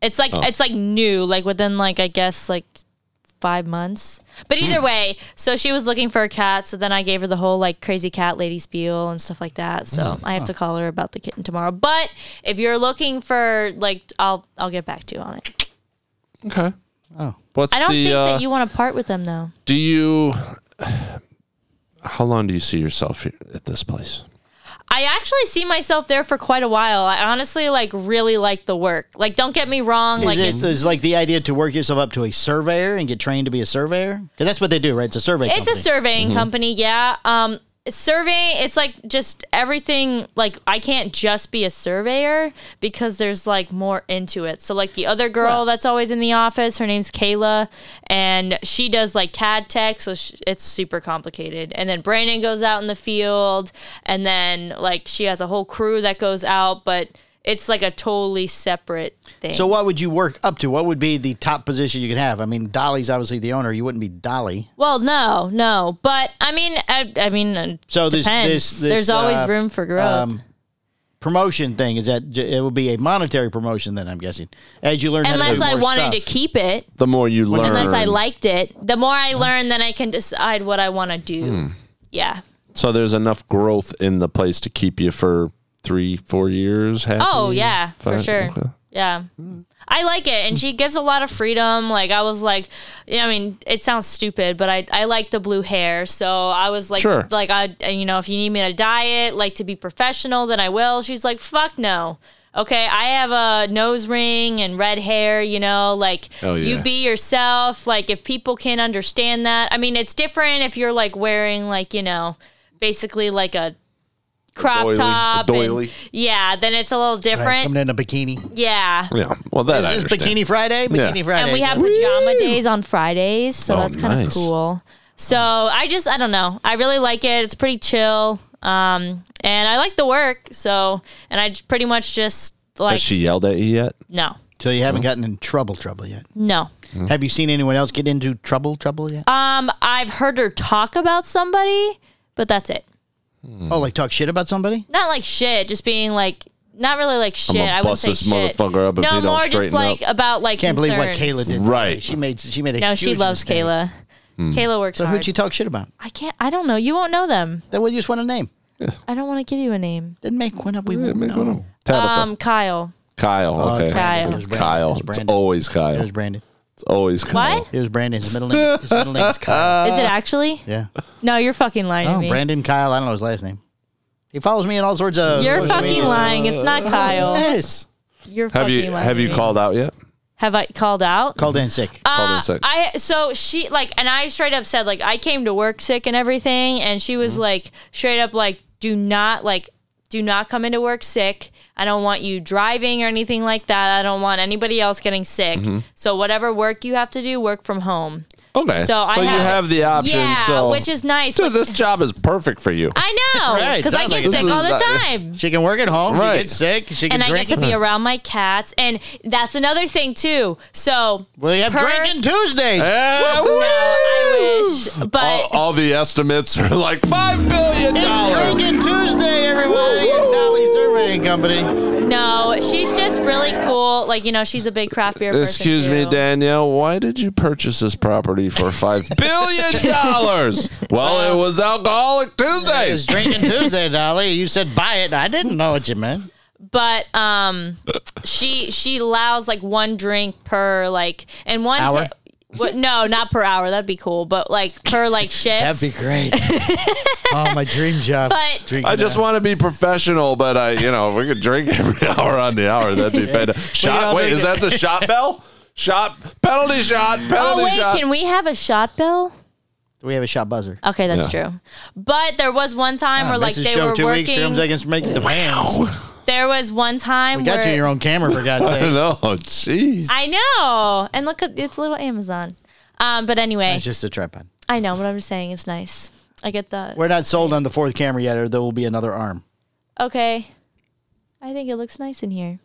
It's
Oh.
like it's like new, like within like I guess like five months. But
Hmm.
either way, so she was looking for a cat, so then I gave her the whole like crazy cat lady spiel and stuff like that. So
Hmm.
I have to call her about the kitten tomorrow. But if you're looking for like I'll I'll get back to you on it.
Okay.
Oh.
What's
I don't
the?
think
uh,
that you want to part with them though.
do you? How long do you see yourself here at this place?
I actually see myself there for quite a while. I honestly like really like the work. Like, don't get me wrong. Like,
Is it-
it's
is like the idea to work yourself up to a surveyor and get trained to be a surveyor? 'Cause that's what they do, right? It's a survey.
it's a surveying
Mm-hmm.
company, yeah. Um, surveying. It's like just everything. Like, I can't just be a surveyor because there's like more into it. So, like the other girl that's always in the office, her name's Kayla, and she does like CAD tech, so sh- it's super complicated. And then Brandon goes out in the field, and then like she has a whole crew that goes out, but. It's like a totally separate thing.
So what would you work up to? What would be the top position you could have? I mean, Dolly's obviously the owner. You wouldn't be Dolly.
Well, no, no, but I mean, I, I mean, it
So this,
depends.
this, this
There's always
uh,
room for growth.
um, promotion thing is that j- it would be a monetary promotion. Then I'm guessing as you learn how to
unless
do
I
more
wanted
stuff.
to keep it,
The more you learn,
unless I liked it. The more I learn, then I can decide what I want to do.
Hmm.
Yeah.
so there's enough growth in the place to keep you for three, four years. Happy,
Oh yeah, for
Fine,
sure.
okay.
Yeah.
Hmm.
I like it, and she gives a lot of freedom. Like I was like, yeah, I mean, it sounds stupid, but I I like the blue hair, so I was like,
Sure.
like I uh, you know, if you need me to diet, like to be professional, then I will. She's like, fuck no. Okay, I have a nose ring and red hair, you know, like
Oh, yeah.
you be yourself. Like if people can understand that, I mean, it's different if you're like wearing like, you know, basically like a crop
doily, a
top and-
doily.
yeah, then it's a little
Right,
different.
coming in a bikini.
Yeah.
Yeah. Well, that I
Is this
understand.
Bikini Friday?
Yeah.
Bikini Friday.
And we
is
have
that-
pajama days on Fridays, so
Oh,
that's kind of
nice.
cool. So I just I don't know. I really like it. It's pretty chill. Um and I like the work, so and I j- pretty much just like
Has she yelled at you yet?
no.
so you
Mm-hmm.
haven't gotten in trouble, trouble yet.
No.
Have you seen anyone else get into trouble, trouble yet?
Um I've heard her talk about somebody, but that's it.
Mm-hmm.
oh, like talk shit about somebody?
Not like shit, just being like not really like shit.
gonna
I wouldn't
bust
say
this
shit.
motherfucker up if
no,
you don't
more just
straighten
like about like
Can't believe what Kayla
concerns.
did.
Right.
She made she made a
No, she
huge
loves
mistake.
Kayla.
Hmm.
Kayla works
So
hard.
who'd she talk shit about?
I can't. I don't know. You won't know them.
Then we just want a name.
I don't want to give you a name.
Then make one up. We won't
Make
know.
one up. Tabitha.
Um, Kyle.
Kyle. Okay.
it's Brandon.
Kyle.
It was
It's
Oh, Brandon. It
Kyle.
was
It's always
Brandon. It
Kyle.
was Brandon.
It's always Kyle.
What?
It was Brandon. His middle name. His middle name is Kyle.
Is it
Uh,
actually?
Yeah.
No, you're fucking lying to
Oh,
me.
Brandon Kyle. I don't know his last name. He follows me in all sorts of.
You're
social
fucking
media.
lying. It's not Kyle.
Yes.
you're
Have
fucking
you
lying
have
to
you
me.
called out yet?
Have I called out?
Called in sick.
Called in
Uh,
sick.
I so she like and I straight up said like I came to work sick and everything and she
Mm-hmm.
was like straight up like do not like do not come into work sick. I don't want you driving or anything like that. I don't want anybody else getting sick.
Mm-hmm.
So whatever work you have to do, work from home.
Okay.
So I
you
have-
have the option.
yeah,
so
which is nice.
Dude,
Like,
this job is perfect for you.
I know
Right,
because I
sounds
get
like
it.
sick all the
This is-
time.
She can work at home.
Right.
She gets sick. She can
And I
drink.
get to be around my cats, and that's another thing too. So
we have
per-
drinking Tuesdays.
Eh,
No, I wish, but
all, all the estimates are like five billion
It's
dollars.
Drinking Tuesday, everybody, at Dolly Surveying Company.
Oh.
No, she's just really cool. Like you know, she's a big craft beer. person,
Excuse me,
too.
Danielle. Why did you purchase this property for five billion dollars? Well, it was alcoholic
It's
Tuesdays.
Drinking Tuesday, Dolly. You said buy it. I didn't know what you meant.
But um, she she allows like one drink per like and one
Hour?
ta- what, no, not per hour. That'd be cool, but like per like shift.
That'd be great. oh, my dream job.
But-
Drinking
I just
that.
want to be professional, but I, you know, if we could drink every hour on the hour, that'd be fantastic. Shot?
all
Wait,
drink
is that the shot bell? Shot penalty shot penalty
oh wait,
shot.
can we have a shot bell?
We have a shot buzzer.
Okay, that's true. But there was one time where like
This is
they
Ah, show
were
two weeks.
working.
Dreams against making the fans.
there was one time
You got
where
you your own camera for God's
I
sake.
know. Jeez.
I know, and look at it's little Amazon. Um, but anyway,
It's just a tripod.
I know what I'm saying. It's nice. I get that.
We're not sold on the fourth camera yet, or there will be another arm.
Okay. I think it looks nice in here.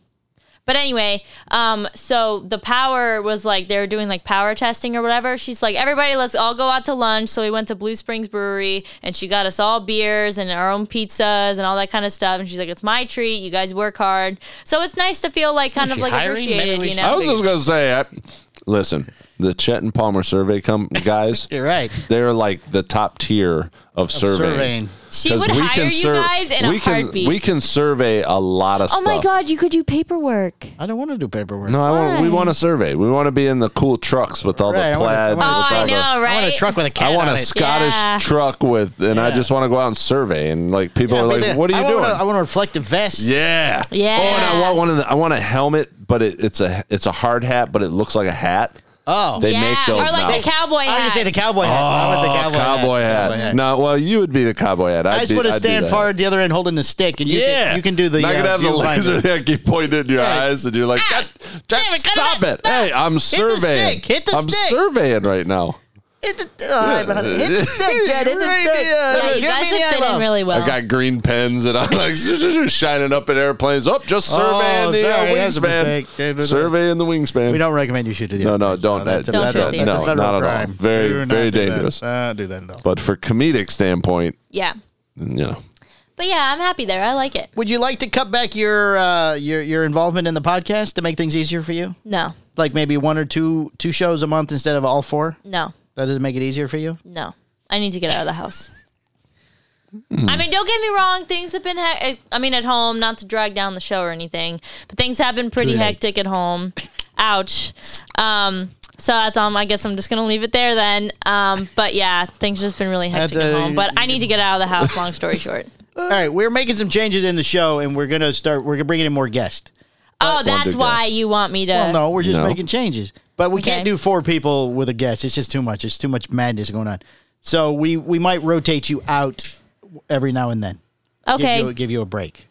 But anyway, um, so the power was like they were doing like power testing or whatever. She's like, everybody, let's all go out to lunch. So we went to Blue Springs Brewery, and she got us all beers and our own pizzas and all that kind of stuff. And she's like, it's my treat. You guys work hard, so it's nice to feel like kind
Is
of
she
like
hiring? Maybe
appreciated,
we
you
should-
I
know.
was just gonna say, I, listen, the Chet and Palmer survey com- guys,
You're right.
they're like the top tier of, surveying.
Surveying.
She would hire you
sur-
guys in
we
a
can,
heartbeat.
We can survey a lot of
oh
stuff.
my god, you could do paperwork.
I don't want to do paperwork.
No, I want, we
Why?
want to survey. We want to be in the cool trucks with all
Right,
the
I wanna- I
plaid.
wanna-
Oh,
with
I
all the-
know, right?
I want a truck with a cat.
I want
on
a
it.
Scottish
Yeah.
truck with, and I
Yeah.
just want to go out and survey. And like people
Yeah,
are
but
like,
then
"What are
I
you
want
doing?"
A, I want a reflective vest.
yeah,
Yeah.
Oh, and I want one of the. I want a helmet, but it, it's a it's a hard hat, but it looks like a hat.
Oh,
They make
yeah,
those
or like
now.
the cowboy.
I was gonna say the
hats.
cowboy hat. I
Oh,
want the cowboy, hat. Cowboy hat.
No, well, you would be the cowboy hat. I'd
I just
be-
want to
I'd do
stand
that.
far at the other end holding the stick, and you,
Yeah,
can, you can do the.
Not
uh,
gonna have the
viewfinder.
laser that you point in your
Right.
eyes, and you're like, God, God,
damn it, cut
stop
it,
it! Hey, I'm
the
surveying.
stick, hit the
I'm
stick.
surveying right now.
Hit the, all right, buddy. Hit the stick, Jed. Hit the
Right,
stick.
yeah.
Yeah, you
Shoot me
guys
in
would
the
fit in
eyeballs.
really well.
I got green pens and I'm like shining up at airplanes. Oh, just surveying
Oh,
the
sorry,
uh,
that's a mistake.
wingspan. Surveying the wingspan.
We don't recommend you shoot to the.
no, no, don't.
That's a
Don't
federal,
shoot the
that's a
no,
federal
not
crime.
at all. Very,
Do not
very
do that.
dangerous.
Uh, do that at all.
But for comedic standpoint,
yeah.
you know,
But yeah, I'm happy there. I like it.
Would you like to cut back your uh, your your involvement in the podcast to make things easier for you?
No,
Like maybe one or two two shows a month instead of all four.
no.
That doesn't make it easier for you.
No, I need to get out of the house. I mean, don't get me wrong. Things have been, hec- I mean, at home. Not to drag down the show or anything, but things have been pretty
Too late.
hectic at home. Ouch. Um, so that's all. I guess I'm just gonna leave it there then. Um, but yeah, things just been really hectic at
That's, uh,
home. But I need to get out of the house. Long story short.
Uh,
All right, we're making some changes in the show, and we're gonna start. We're gonna bring in more guests.
Oh, that's
big
why
guess.
you want me to.
Well, no, we're just
No.
making changes, but we
Okay.
can't do four people with a guest. It's just too much. It's too much madness going on. So we we might rotate you out every now and then.
okay.
give you, give you a break.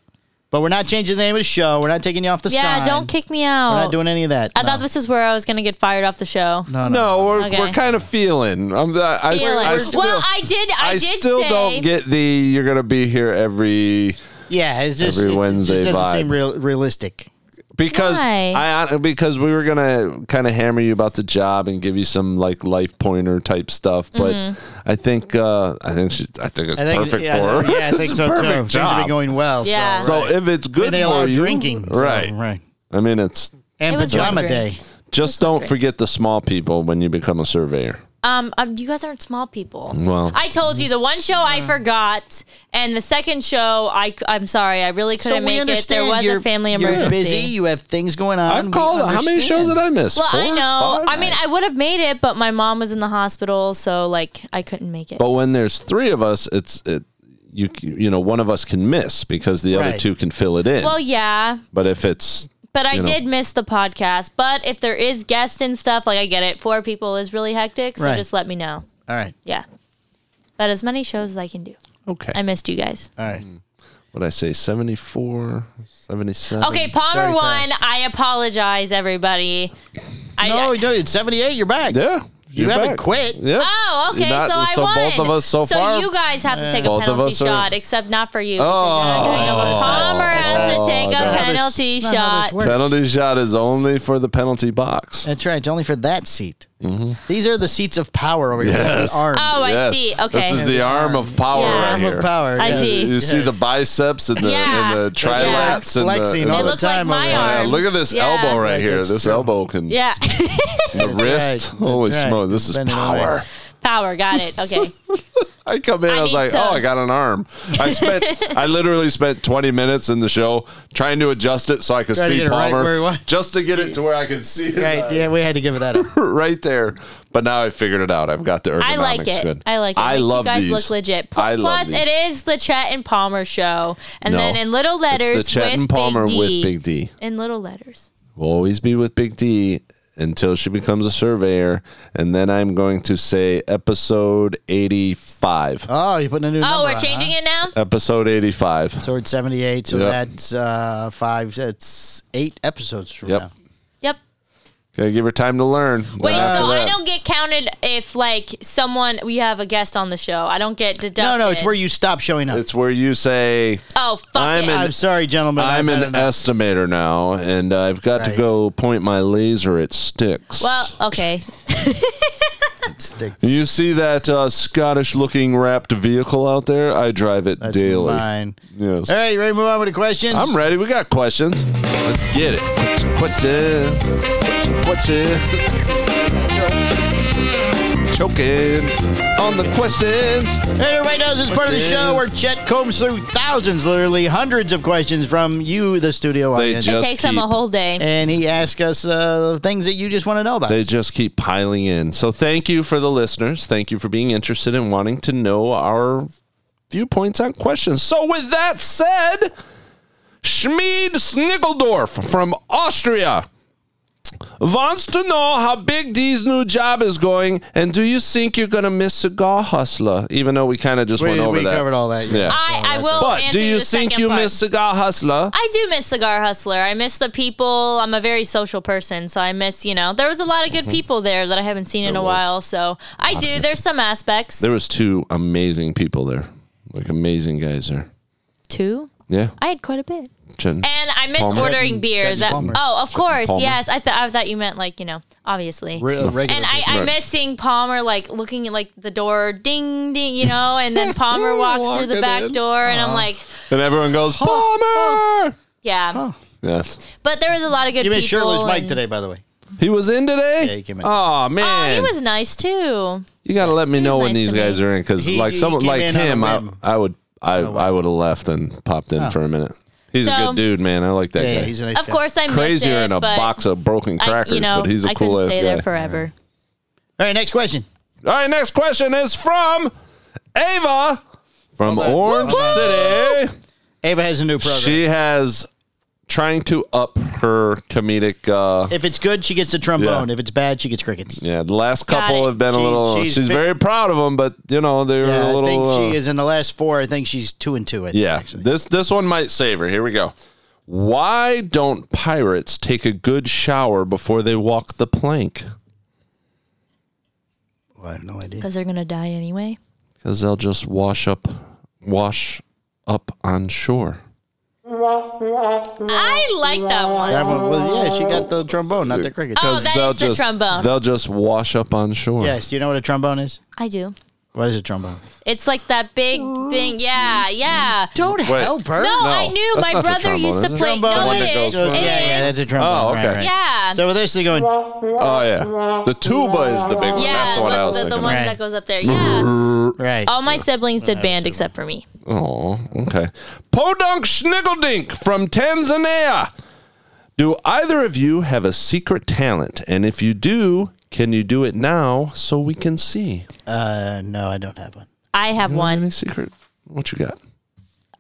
But we're not changing the name of the show. We're not taking you off the
yeah,
sign.
don't kick me out.
We're not doing any of that.
I
no.
thought this is where I was gonna get fired off the show.
No, no.
no, we're,
Okay.
we're kind of feeling. I'm the, I,
Feeling.
I still,
well, I did. I,
I
did
still
say,
don't get the you're gonna be here every
Yeah, it's just
Every
it- it,
Wednesday
just
vibe.
doesn't seem real, realistic.
because
Why?
I hon- because we were gonna kind of hammer you about the job and give you some like life pointer type stuff, but
Mm-hmm.
I think uh, I think she, I think it's
I think
perfect
yeah,
for her.
Yeah, I think
It's a
so too.
perfect
Things have
job.
been going well.
Yeah.
So,
so
right.
if it's good
And they
for
allow
you,
drinking. so,
right?
Right.
I mean, it's
It
And
was
pajama
one
day.
drink.
just don't forget the small people when you become a surveyor.
Um, um, you guys aren't small people.
Well-
I told you the one show I forgot, and the second show I c- I'm sorry I really couldn't
we
make it. There
understand
was
you're,
a family
You're
emergency.
busy. You have things going on.
I've
We
called how many shows did
understand.
I miss?
Well, I
Four?
know.
Five?
I mean, I would have made it, but my mom was in the hospital, so like I couldn't make it.
But when there's three of us, it's it you you know one of us can miss because the other
Right.
two can fill it in.
well, yeah,
but if it's
But I
You know.
did miss the podcast. But if there is guests and stuff, like I get it, four people is really hectic. So
Right.
just let me know.
All right.
Yeah. But as many shows as I can do.
Okay.
I missed you guys.
All right.
What I say, 74, 77.
Okay, Palmer
very
won.
fast.
I apologize, everybody. I,
Oh, No, no, it's 78. You're back.
Yeah.
You
you're
haven't
back.
quit.
Yeah.
Oh, okay.
Not-
so I
so
won.
both of us so far-
you guys have to take a
Both of
penalty
us are-
shot, except not for you.
Oh.
because Palmer has to
Oh,
take a
that's-
penalty
That's not how this
shot.
works.
Penalty shot is only for the penalty box.
That's right. It's only for that seat. These are the seats of power over here.
Mm-hmm. Yes.
the Arms.
Oh, I
Yes.
see. Okay.
This is the arm of power
Yeah.
right
Arm
of
here.
power,
I
yeah.
see.
You see the biceps and the,
Yeah.
and the
They're like
trilats and the,
flexing
and
all
they
the
look like
time over
my
there.
Yeah,
arms.
look at this
Yeah.
elbow right here.
that's
This
true.
elbow can
Yeah.
the wrist.
right.
Holy
That's right.
smoke! This is
Bending over.
power.
Power. Got it. Okay.
I come in, I,
I
was
need
like,
some.
oh, I got an arm. I spent, I literally spent 20 minutes in the show trying to adjust it so I could
Try to
see
get it right
Palmer,
where he was.
just to get it to where I could see his
Right.
eye.
Yeah, we had to give it that up.
right there. But now I figured it out. I've got the ergonomics
I like it.
good.
I like it.
I
Makes
love
you guys
these.
look legit. Pl-
I love
Plus,
these.
it is the Chet and Palmer show, and
No.
then in little
It's
letters
the Chet
with
and Palmer
Big D.
with Big D.
In little letters.
We'll always be with Big D until she becomes a surveyor, and then I'm going to say episode 85.
Oh, you're putting a new number
Oh, we're
on,
changing
huh?
it now.
Episode 85.
So it's 78. So
Yep.
that's uh, five. That's eight episodes from
Yep.
now.
Yep.
Gotta give her time to learn.
Wait,
After
so I
that-
don't get counted if like someone we have a guest on the show. I don't get
No,
deducted.
no, it's where you stop showing up.
It's where you say
Oh fuck
I'm
it.
an-
I'm sorry, gentlemen.
I'm
I
an
don't know.
estimator now, and I've got to
Right.
go point my laser at sticks.
well, okay.
Stick.
you see that uh, Scottish-looking wrapped vehicle out there? I drive it
That's
daily.
mine.
Yes.
All right, you ready to move on with the questions?
I'm ready. We got questions. Let's get it. Some questions. Some questions. Choking on the questions.
Hey, everybody knows this is part of the show where Chet combs through thousands, literally hundreds of questions from you, the studio
They
audience.
ju-
It
Just
takes them a
keep-
whole day.
and he asks us uh, things that you just want to know about.
They just keep piling in. So thank you for the listeners. Thank you for being interested and wanting to know our viewpoints on questions. So with that said, Schmied Snickeldorf from Austria wants to know how big D's new job is going, and do you think you're gonna miss Cigar Hustler? Even though we kind of just
we
went over
we
that.
covered all that. Yeah.
Yeah.
I, I will
but
answer
do you
the
think
second
you
part.
miss Cigar Hustler?
I do miss Cigar Hustler. I miss the people. I'm a very social person, so I miss, you know, there was a lot of good people there that I haven't seen in a
Mm-hmm. was.
while. So I do. There's some aspects.
there was two amazing people there, like amazing guys there.
Two?
Yeah,
I had quite a bit.
Jen.
And I miss
Palmer.
ordering beer.
Judge
That,
Palmer.
oh, of course.
Palmer.
Yes. I, th- I thought you meant, like, you know, obviously.
Re- regular
And I, I
Right.
miss seeing Palmer like looking at like the door, ding ding, you know, and then Palmer walks through the
Walking
back
in.
door, and
Uh-huh.
I'm like,
And everyone goes, Palmer!
yeah.
Yes.
But there was a lot of good
You made
people.
shirtless Mike
and-
today, by the way.
He was in today?
Yeah, he came in.
Oh,
Oh,
man.
he was nice too.
you got to let me know
was
when
nice
these
to
guys
me.
are in because,
He-
like,
he
someone
came
like
in on a
him, I,
whim.
I would I, I would have left and popped in for a minute. He's a
So-
good dude, man. I like that
Yeah,
guy.
he's a nice
Of
guy.
course, I missed
Crazier
it,
in a
but
box of broken
I,
crackers,
you know,
but he's a
I
cool
couldn't
ass
stay
guy.
there forever.
All right, next question.
All right, next question is from Ava from
Hold on.
Orange
Hold
City.
Ava has a new program.
She has trying to up her comedic. Uh,
if it's good, she gets the trombone.
Yeah.
If it's bad, she gets crickets.
Yeah, the last
Got
couple
it.
have been
She's-
a little.
she's
She's,
been-
very proud of them, but you know they were
Yeah,
a
I
little.
think
uh,
she is in the last four. I think she's two and two. I think,
yeah,
actually.
this this one might save her. Here we go. Why don't pirates take a good shower before they walk the plank?
Well, I have no idea.
Because they're gonna die anyway.
Because they'll just wash up, wash up on shore.
I like that one.
That one was- yeah, she got the trombone, not the crickets.
Oh, that
they'll
is the
just,
trombone.
They'll just wash up on shore.
Yes, do you know what a trombone is?
I do.
What is a trombone?
It's like that big thing. Yeah, yeah.
Don't
Wait.
help her.
No,
No,
I knew
that's
my
not the
brother
trombone,
used to
is it?
play.
Trombone. The
No,
one
it
that
is. It
goes through.
is.
yeah, yeah, that's a trombone.
Oh,
right,
okay.
right.
Yeah.
So with this, they're going.
Oh yeah, the tuba is the big one.
yeah,
That's what
the,
I was
the, the
thinking.
one
Right.
that goes up there. Yeah.
Right.
All my siblings did band except for me.
Oh, okay. Podunk Schnickeldink from Tanzania. Do either of you have a secret talent? And if you do, can you do it now so we can see?
Uh, no, I don't have one.
I have one.
Any secret? What you got?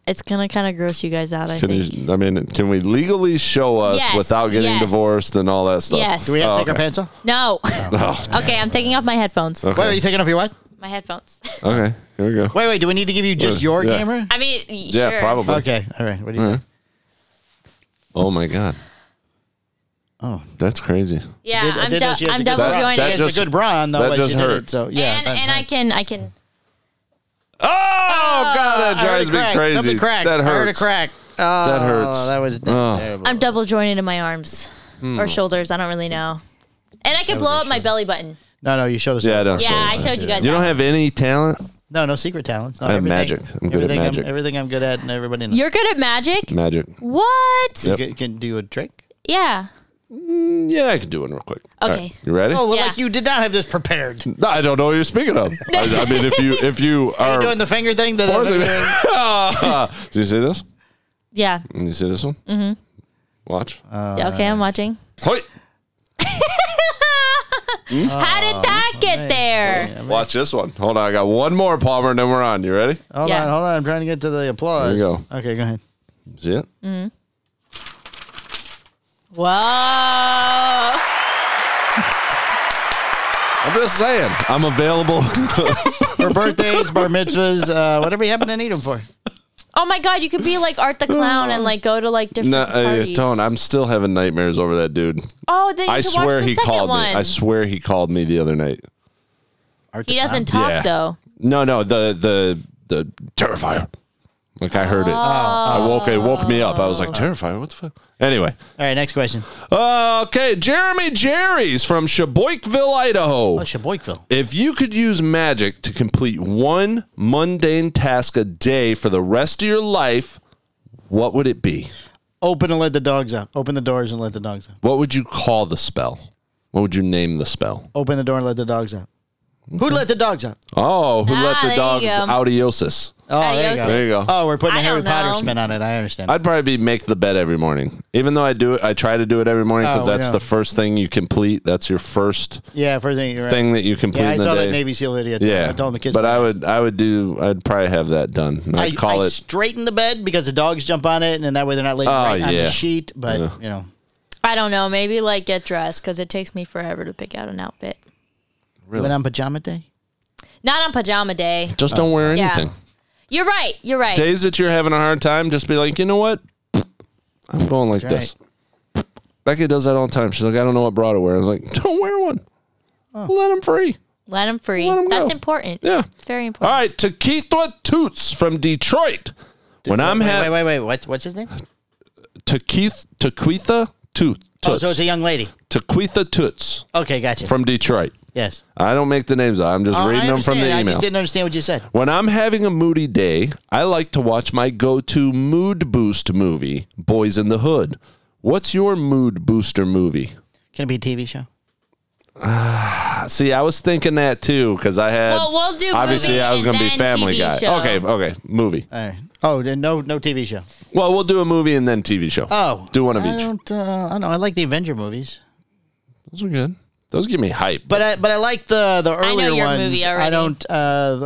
it's gonna kind of gross you guys out. I
Can
think.
you, I mean, can we legally show us
Yes,
without getting
yes.
divorced and all that stuff?
Yes.
Do we have
Oh,
to take our
okay.
pants off?
No.
Oh,
okay, I'm taking off my headphones.
Okay.
Wait, are you taking off your what?
My headphones.
okay. Here we go.
Wait, wait. Do we need to give you just
Wait,
your
Uh, yeah. Mm-hmm.
camera?
I mean,
yeah,
sure.
probably.
Okay. All right. What do you?
right. Oh my god.
Oh.
that's crazy.
Yeah,
Did- I
I'm,
did know
dou-
she has
I'm
a good
double
bra.
jointed.
That
She has
just-
a good bra on though.
that
but
just
she did
hurt.
it, So yeah.
and
that-
and I can I can.
Oh, god, that
I heard
drives
a
me
crack.
crazy.
Something cracked.
That
I
hurts.
heard a crack. Oh,
That hurts.
That was
Oh.
terrible.
I'm double jointed in my arms
Hmm.
or shoulders. I don't really know. And I can blow up my belly button.
No, no, you showed us.
Yeah, I
that.
don't.
Yeah,
show
I
that.
showed you guys
You don't
that.
have any talent.
No, no secret talents. No,
I have
everything-
magic. I'm good at
everything
magic.
I'm, everything I'm good at, and everybody knows.
You're good at magic.
Magic.
What?
You can, can do a trick.
Yeah.
Yeah, I can do one real quick. All
Okay.
right. You ready?
Oh, well,
Yeah.
like you did not have this prepared.
No, I don't know what you're speaking of. I, I mean, if you if you are,
Doing the finger thing. The,
forcing me- do you see this?
Yeah.
Do you see this one? Mm-hmm. Watch.
okay, I'm watching.
Hoi!
Oh,
How did that get there?
Watch this one. Hold on, I got one more, Palmer, and then we're on. You ready?
hold
Yeah.
on, hold on. I'm trying to get to the applause.
There you
Okay, go ahead.
See it?
Mm. Wow.
I'm just saying, I'm available.
For birthdays, bar mitzvahs, uh, whatever you happen to need them for.
Oh my God! You could be like Art the Clown and like go to like different
no, uh,
parties.
don't. I'm still having nightmares over that dude.
oh, then you
I
should watch
swear
the
he
second
called
one.
me. I swear he called me the other night.
Art
he
the
doesn't
Clown.
talk
Yeah.
though.
No, no, the the the terrifier. Like I heard it. I woke it woke me up. I was like, terrifier, what the fuck? Anyway. Uh,
All right, next question.
Oh. Okay, Jeremy Jerry's from Sheboykville, Idaho.
Oh, Sheboykville.
If you could use magic to complete one mundane task a day for the rest of your life, what would it be?
Open and let the dogs out. Open the doors and let the dogs out.
What would you call the spell? What would you name the spell?
Open the door and let the dogs out. Who let the dogs out?
Oh, who let
Ah,
the
there
dogs
you go.
audiosis?
Oh, there you go.
Adios. There
you go.
Oh, we're putting a
Uh, I
Harry
don't
Potter
know.
spin on it. I understand.
I'd probably be make the bed every morning. Even though I do it, I try to do it every morning because
Oh,
that's
yeah.
the first thing you complete. That's your first
yeah, first thing you're right.
thing that you complete
Yeah, I
in the
saw
day.
that Navy SEAL idiot.
yeah,
I told the kids.
But I
about
would, I would do. I'd probably have that done. And
that.
I'd call
I
it.
straighten the bed because the dogs jump on it, and then that way they're not laying
Oh,
right on
yeah.
the sheet. But you know,
I don't know. Maybe like get dressed because it takes me forever to pick out an outfit.
even on pajama day.
Not on pajama day.
just don't
Oh,
wear
yeah.
anything.
You're right. You're right.
Days that you're having a hard time, just be like, you know what? I'm going like this. Becky does that all the time. She's like, I don't know what bra to wear. I was like, don't wear one. Let them free.
Let them free.
Let 'em
That's
go.
important.
Yeah.
It's very
All
important.
right, Taquitha Toots from Detroit. When I'm
wait,
having
wait, wait, wait. What's what's his name?
Taquith Taquitha Toot
Oh,
Toots.
so it's a young lady.
Taquitha Toots
Okay, gotcha.
from Detroit.
yes.
I don't make the names. up. I'm just
Oh, I
reading them from
understand.
the
I
email.
just didn't understand what you said.
When I'm having a moody day, I like to watch my go-to mood boost movie, Boys in the Hood. What's your mood booster movie? Uh,
Can it be a TV show?
See, I was thinking that too because I had.
Well, we'll do
Obviously,
movie
I was
and
gonna be
then
Family
TV
Guy.
show.
Okay, okay, movie.
All right. Oh, then no, no TV show.
Well, we'll do a movie and then TV show.
Oh,
do one of
I
each.
Um,
Don't, uh, I don't know. I like the Avenger movies,
Those are good. Those give me hype.
but I but I like the the earlier
know your
ones.
movie already.
I don't. Uh,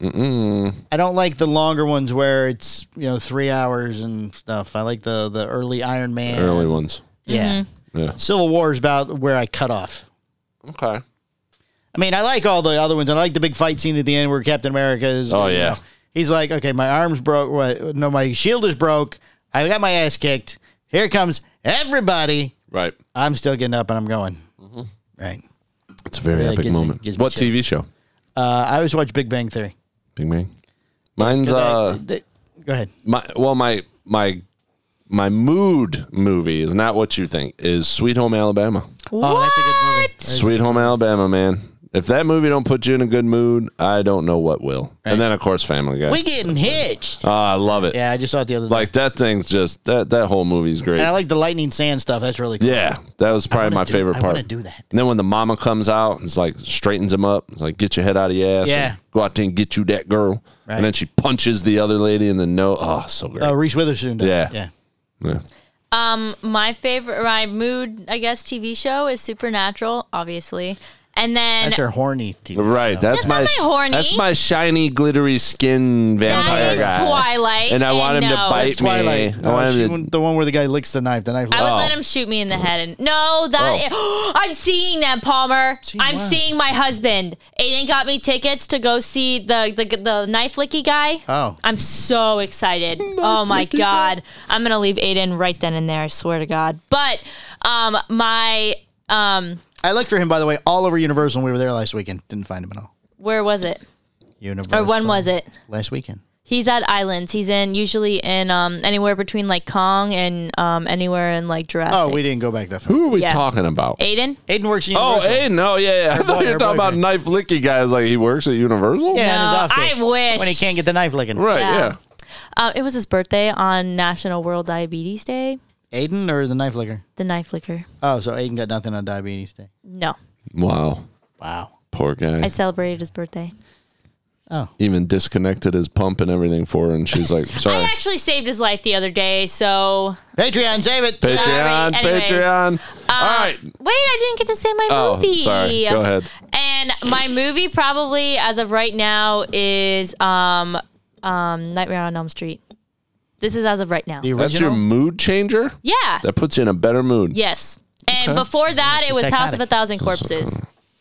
the, I don't like the longer ones where it's you know three hours and stuff. I like the the early Iron Man.
early ones.
Yeah.
Mm-hmm.
Yeah.
Civil War is about where I cut off.
Okay.
I mean, I like all the other ones. I like the big fight scene at the end where Captain America is.
Oh,
you
yeah.
know, he's like, okay, my arms broke. What? No, my shield is broke. I got my ass kicked. Here comes everybody.
Right.
I'm still getting up and I'm going.
Mm-hmm.
Right.
It's a very
Yeah, it
epic
gives me-
moment.
gives me
what TV show?
Uh, I always watch Big Bang Theory.
Big Bang. Mine's
'Cause I-
uh
they- go ahead.
my well my my my mood movie is not what you think is Sweet Home Alabama.
What?
Oh, that's a good movie.
Sweet Home Alabama, man. If that movie don't put you in a good mood, I don't know what will. And then of course Family Guy.
We getting hitched.
Ah, I love it.
Yeah, I just saw it the other day.
Like that thing's just that that whole movie's great.
and I like the lightning sand stuff. That's really cool.
Yeah, that was probably
wanna
my
do-
favorite
I
part.
wanna do that.
And then when the mama comes out and it's like straightens him up, it's like get your head out of your ass.
Yeah.
and go out there and get you that girl.
Right.
And then she punches the other lady in the nose. Oh, so great.
Oh, Reese Witherspoon. Does.
Yeah.
Yeah.
yeah.
My favorite, my mood, I guess, TV show is Supernatural, obviously. And then
That's her horny TV.
Right, that's,
That's not
my,
my horny.
that's my shiny glittery skin vampire
that is
guy.
Twilight.
And I want him to
no.
bite
That's
Hate me.
Twilight. Oh,
I wanted
she
to-
went- the one where the guy licks the knife. The knife.
I would
Oh.
let him shoot me in the head. And no, that i- I'm seeing that Palmer.
Gee,
I'm
what?
seeing my husband. Aiden got me tickets to go see the the, the knife licky guy.
Oh.
I'm so excited. oh my god, I'm gonna leave Aiden right then and there. I swear to God. But um, my um,
I looked for him, by the way, all over Universal when we were there last weekend. Didn't find him at all.
where was it?
Universal.
Or when was it?
Last weekend.
He's at islands. He's in usually in um anywhere between like Kong and um anywhere in like Jurassic.
Oh, we didn't go back that far.
Who are we
Yeah.
talking about?
Aiden.
Aiden works at
Oh,
Universal.
Aiden. Oh, yeah, yeah. I thought
boy-
you
her
were talking about
boyfriend.
knife licky guy. I was like, he works at Universal?
Yeah, on
No,
his off days.
I wish.
When he can't get the knife licking.
Right, yeah.
Yeah. Uh, it was his birthday on National World Diabetes Day.
Aiden or the knife licker?
The knife licker.
Oh, so Aiden got nothing on Diabetes Day.
No,
Wow.
Wow. Oh.
Poor guy.
I celebrated his birthday.
Even disconnected his pump and everything for her, and she's like, sorry.
I actually saved his life the other day. So
Patreon, save it.
Patreon,
Anyways,
Patreon. All right.
wait, I didn't get to say my
Oh,
movie.
sorry. Go ahead.
And my movie probably as of right now is um um Nightmare on Elm Street. This is as of right now.
The original.
That's your mood changer?
Yeah.
That puts you in a better mood.
Yes. And before that, it was House of a
Psychotic.
Thousand Corpses.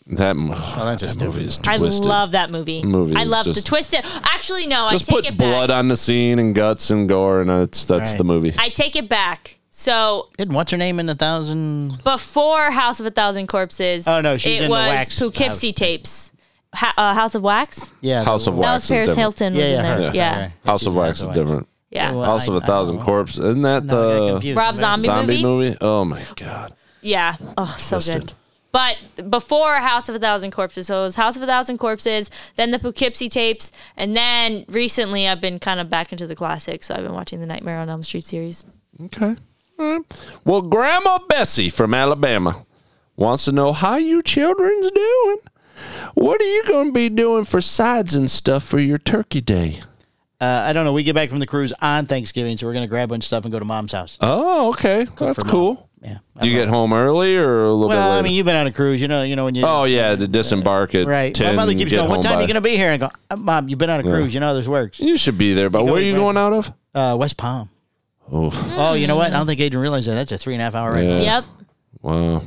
That,
that's a
that
stupid
movie is
I
twisted.
love that movie.
Movie
I
is
love the
just-
twisted. Actually, no,
Just
I take
put
it back.
blood on the scene and guts and gore, and that's, that's
Right.
the movie.
I take it back. So
Didn't what's her name in a thousand?
before House of a Thousand Corpses,
Oh, no, she's
it
in the
was
Wax
Poughkeepsie
House.
tapes. Ha- uh, House of Wax.
Yeah.
House
the-
of
That
Wax
was
is
Paris
different.
Hilton.
Yeah,
was
yeah,
in there.
her.
yeah,
Okay.
House of
She's in
Wax is
House of Wax.
different.
yeah. Oh,
Well,
House of
I-
a
I don't
Thousand
know.
Corpses. Isn't that
Now I got
the
confused.
Rob Zombie
zombie
movie?
movie? Oh my god!
Yeah. Oh, so
Twisted.
good. But before House of a Thousand Corpses, so it was House of a Thousand Corpses, then the Poughkeepsie tapes, and then recently I've been kind of back into the classics. So I've been watching the Nightmare on Elm Street series.
Okay. All right. Well, Grandma Bessie from Alabama wants to know how you children's doing. What are you going to be doing for sides and stuff for your turkey day?
Uh, I don't know. We get back from the cruise on Thanksgiving, so we're gonna grab a bunch of stuff and go to mom's house.
Oh, okay. That's cool.
Yeah. I
You
don't know.
get home early or a little bit
well,
later?
I mean, you've been on a cruise. You know. You know when you.
oh, yeah, to disembark at
Right.
10.
My mother keeps
get
going. What
home
time are
by-
you gonna be here? And I go, "Uh, Mom, you've been on a cruise. You know how this works.
You should be there, but where are you
right-
going out of?
Uh, West Palm.
Oh,
Oh, you know what? I don't think Aiden realized that. That's a three and a half hour ride.
Yeah.
Yep.
wow. Mm,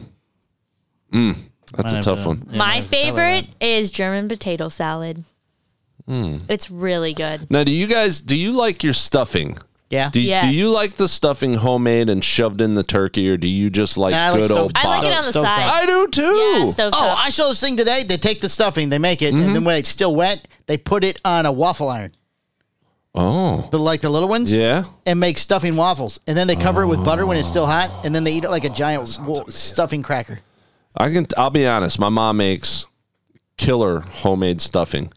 that's a
I've,
tough
uh,
one.
My favorite is German potato salad.
Hmm.
It's really good.
Now, do you guys, do you like your stuffing?
Yeah.
Do,
Yes.
do you like the stuffing homemade and shoved in the turkey, or do you just like
Nah, I like
good
stove-
old
I like it
bottom?
on the
Stove top.
side.
I do too.
Yeah, stove
Oh,
top.
I saw this thing today. They take the stuffing, they make it,
Mm-hmm.
and then when it's still wet, they put it on a waffle iron,
oh,
the like the little ones,
yeah.
and make stuffing waffles. And then they cover it with butter when it's still hot, and then they eat it like a
Oh,
giant wo- stuffing cracker.
I can. I'll be honest. My mom makes killer homemade stuffing,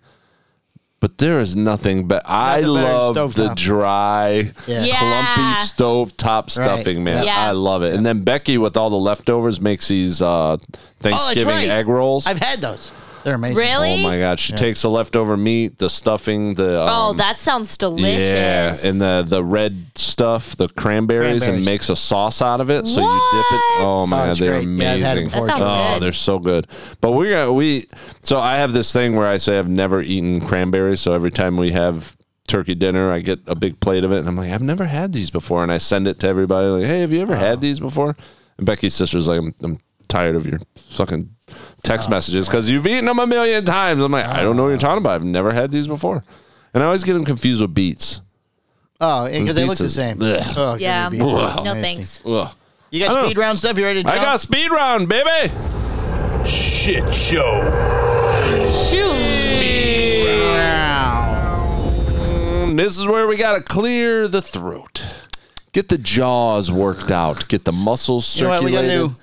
but there is nothing. But I
Nothing better than
love
stove
the
top.
dry,
Yeah.
Yeah.
clumpy stove top stuffing, man.
Yeah.
I love it. And then Becky with all the leftovers makes these
Oh,
uh, Thanksgiving
right.
egg rolls.
I've had those. They're amazing.
really?
oh my god, she takes the leftover meat, the stuffing, the um,
Oh, that sounds delicious.
Yeah, and the the red stuff, the cranberries, and
Cranberries.
makes a sauce out of it. So you dip it. Oh my
Oh,
god,
it's
they're
great. Yeah, I've had it
amazing.
before,
That too. sounds
oh,
good.
they're so good. But we got we. So I have this thing where I say I've never eaten cranberries. So every time we have turkey dinner, I get a big plate of it, and I'm like, I've never had these before, and I send it to everybody like, Hey, have you ever had these before? And Becky's sister's like, I'm. I'm tired of your fucking
Oh,
text messages because you've eaten them a million times i'm like i don't know what you're talking about i've never had these before and i always get them confused with beets
Oh, because they look the
Pizzas.
same.
Ugh.
Oh,
Yeah.
give me a beat.
no
Nasty.
thanks.
Ugh.
You got
I don't
speed round stuff? You ready to jump?
Oh. I got speed round, baby.
Shit show.
Shoot.
Mm, This is where we gotta clear the throat, get the jaws worked out, get the muscles
You know what we
circulated.
gotta do?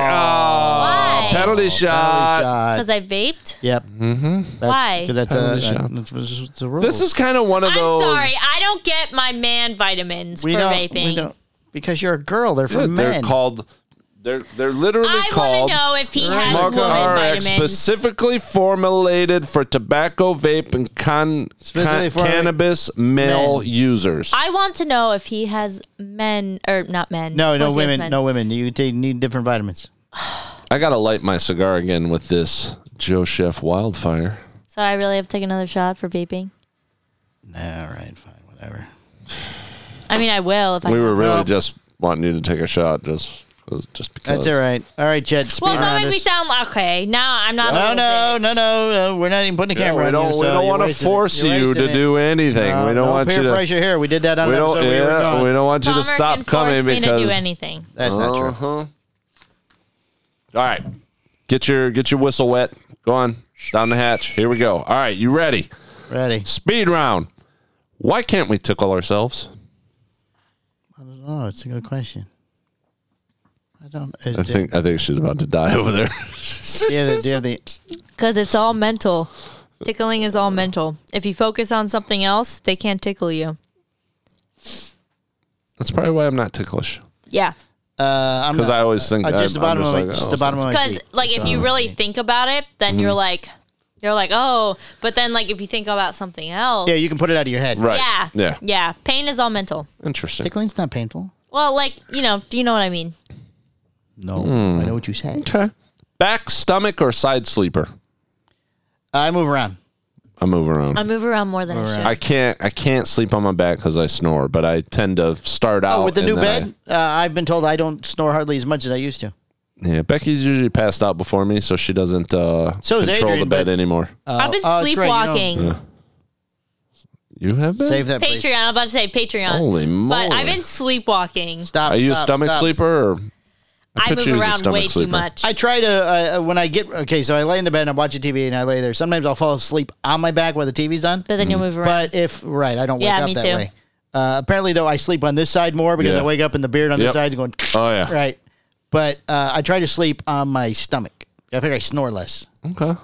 Why?
Penalty shot.
Uh,
Because I vaped.
yep. Mm-hmm. That's,
Why?
'cause That's, uh,
Penalty shot.
that's, that's, that's a rule.
This is kind of one of
I'm
those.
sorry. I don't get my man vitamins
we
for
don't,
vaping.
We don't, because you're a girl. They're for
Yeah,
men.
They're called. They're they're literally
I want
called.
to know if he has
Smucker
woman vitamins.
RX specifically formulated for tobacco, vape, and con, con-
Specifically for-
cannabis male
Men.
users.
I want to know if he has men or not men.
No,
Of
no
course he has
women.
men.
No women. You take, need different vitamins.
I gotta light my cigar again with this Joe Chef Wildfire.
So I really have to take another shot for vaping.
All right, fine, whatever.
I mean, I will if I.
We were really
Nope.
just wanting you to take a shot, just just because.
That's all right. All right, Chet. Speed
Well, don't
round
make me
us.
sound okay. Now I'm not.
No,
a
no, no, no, no. We're not even putting the
Yeah,
camera
we
on
don't,
you,
we
so
don't
you're
want to
wasting it.
force
You're
you
wasting
to
it.
do anything.
No,
we don't
no
want
peer
you to.
pressure here. We did that on
we
an
don't.
episode where you were
Yeah,
gone.
we don't want you to
Palmer can
stop
force
coming
me to do
because.
anything.
That's not true.
Uh-huh. All right, get your get your whistle wet. Go on down the hatch. Here we go. All right, you ready?
Ready?
Speed round. Why can't we tickle ourselves?
Oh, it's a good question. I don't. uh, Is,
I think I think she's about to die over there.
Do you have the, do you have the
Because it's all mental. Tickling is all mental. If you focus on something else, they can't tickle you.
That's probably why I'm not ticklish.
Yeah.
uh, I'm
Because
not-
I always think
uh, just the
I'm- I'm
bottom of my,
like,
just
oh,
the bottom of my
Because
feet.
like if
uh,
you really think about it, then you're
Mm-hmm.
like, you're like, oh. But then like if you think about something else,
Yeah, you can put it out of your head.
Right.
yeah,
Yeah.
yeah. Pain is all mental.
Interesting.
Tickling's not painful.
Well, like you know, do you know what I mean?
No, I
Hmm.
know what you said.
Okay. Back, stomach, or side sleeper?
Uh, I move around.
I move around.
I move around more than I should.
I can't. I can't sleep on my back because I snore. But I tend to start out
Oh, with the
and
new
then
bed, uh, I've been told I don't snore hardly as much as I used to.
I- yeah, Becky's usually passed out before me, so she doesn't uh,
So is
control
Adrian,
the bed
but-
anymore.
I've been
oh, that's right, you don't-
sleepwalking.
You have been.
Save that. please.
Patreon. I'm about to say Patreon.
Holy moly!
But I've been sleepwalking.
Stop.
Are you a
stop,
stomach
stop.
sleeper? Or
I,
put
move
you as a
around
stomach
way
sleeper.
too much.
I try to uh, uh, when I get okay. So I lay in the bed and I watch the TV and I lay there. Sometimes I'll fall asleep on my back while the TV's on.
but
Mm.
then you'll move around.
But if right, I don't wake
Yeah,
up
me
that
too.
way. Uh, apparently, though, I sleep on this side more because
Yeah.
I wake up and the beard on
Yep.
this side is going
oh yeah.
right. But uh, I try to sleep on my stomach. I figure I snore less.
Okay.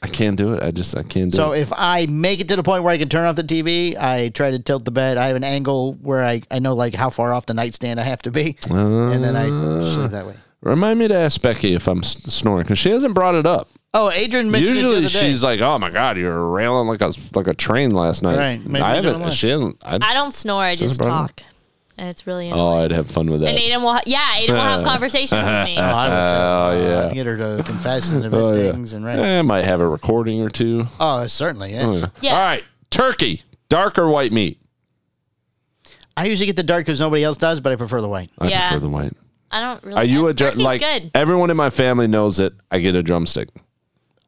I can't do it. I just I can't do
So
it.
if I make it to the point where I can turn off the TV, I try to tilt the bed. I have an angle where I, I know like how far off the nightstand I have to be, and then I sleep that way.
Remind me to ask Becky if I'm s- snoring because she hasn't brought it up.
Oh, Adrian mentioned it the
Usually
other day.
she's like, "Oh my god, you're railing like a like a train last night."
Right, maybe
I
we don't
haven't.
know.
She hasn't. I,
I don't snore. I just
problem.
talk, and it's really annoying.
oh, I'd have fun with that.
and Aiden will, ha- yeah, Aiden will have conversations with me.
Oh, I would tell her.
yeah.
I can get her to confess and admit things and right.
Oh, Eh, I might have a recording or two.
Oh, certainly. Yes.
Yes.
All right, turkey, dark or white meat?
I usually get the dark because nobody else does, but I prefer the white.
I
Yeah.
prefer the white.
I don't really.
Are you a dr-
turkey's
like
good?
everyone in my family knows it? I get a drumstick.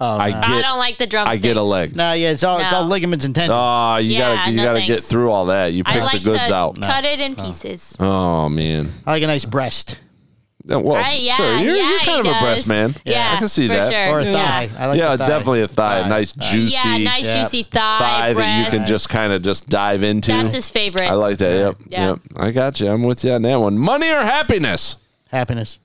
Oh,
I
no.
get
I don't like the drumsticks.
I get a leg.
No, yeah, it's all it's all
No.
ligaments and tendons.
Oh, you
Yeah,
gotta you
no
gotta get
thanks.
through all that. You
I
pick
like
the goods
to
out.
cut it in pieces.
Oh man.
I like a nice breast
Yeah, Well,
Right, yeah,
sure. You're,
yeah,
you're kind
he
of a breast
does.
man.
Yeah,
I can see
for
that.
sure.
or a
Yeah.
thigh. I like
yeah,
the thigh.
definitely a thigh. Nice juicy.
yeah, nice
yeah.
juicy thigh,
thigh that you
breast.
can just kind of just dive into.
That's his favorite.
I like that. Yep.
Yeah.
Yep. I got you. I'm with you on that one. Money or happiness?
happiness.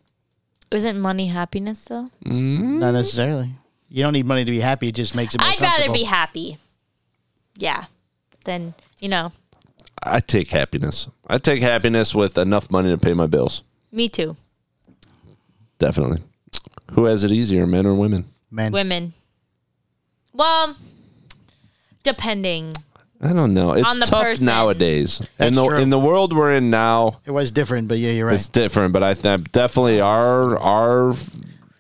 Isn't money happiness though?
Not necessarily. You don't need money to be happy. It just makes it. More
Mm-hmm. I'd rather be
comfortable.
happy. Yeah. Than you know.
I take happiness. I take happiness with enough money to pay my bills.
Me too.
Definitely. Who has it easier, men or women?
man.
Women. Well, depending.
I don't know. It's
On the
tough
person.
nowadays. in
That's
the
true.
in the world we're in now,
It was different, but yeah, you're right.
it's different. But I think definitely our our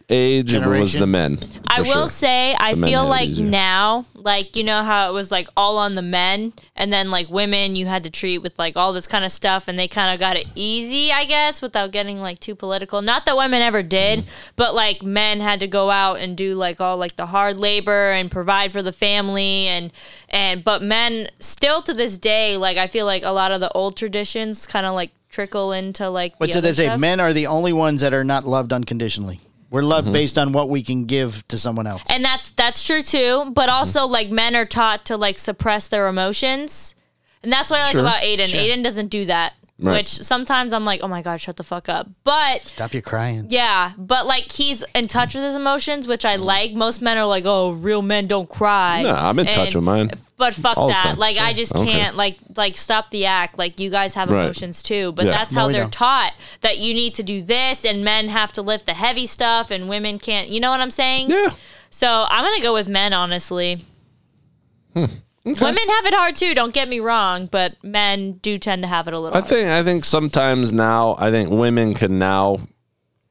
age it was
Generation.
the men. for
I will
sure.
say I
men
feel
had it
like
easier.
now, like you know how it was like all on the men and then like women you had to treat with like all this kind of stuff and they kind of got it easy, I guess, without getting like too political. Not that women ever did,
Mm-hmm.
but like men had to go out and do like all like the hard labor and provide for the family and and but men still to this day like I feel like a lot of the old traditions kind of like trickle into like
But
the
to
other
this day,
stuff.
men are the only ones that are not loved unconditionally. We're
Mm-hmm.
loved based on what we can give to someone else.
and that's that's true too but
Mm-hmm.
also like men are taught to like suppress their emotions and that's what i like
Sure.
about aiden aiden doesn't do that
Right.
which sometimes i'm like oh my god shut the fuck up but
Stop your crying.
yeah but like he's in touch with his emotions which i like most men are like oh real men don't cry
No, Mm-hmm. I'm in touch
And-
with mine.
but fuck
All the
that
time,
like i
sure.
just
Okay.
can't like like stop the act like you guys have
Right.
emotions too but
Yeah.
that's
No,
how
we
they're
know.
taught that you need to do this and men have to lift the heavy stuff and women can't you know what i'm saying
Yeah.
so I'm gonna go with men, honestly.
Hmm.
Women have it hard too. Don't get me wrong, but men do tend to have it a little.
I
hard.
think I think sometimes now I think women can now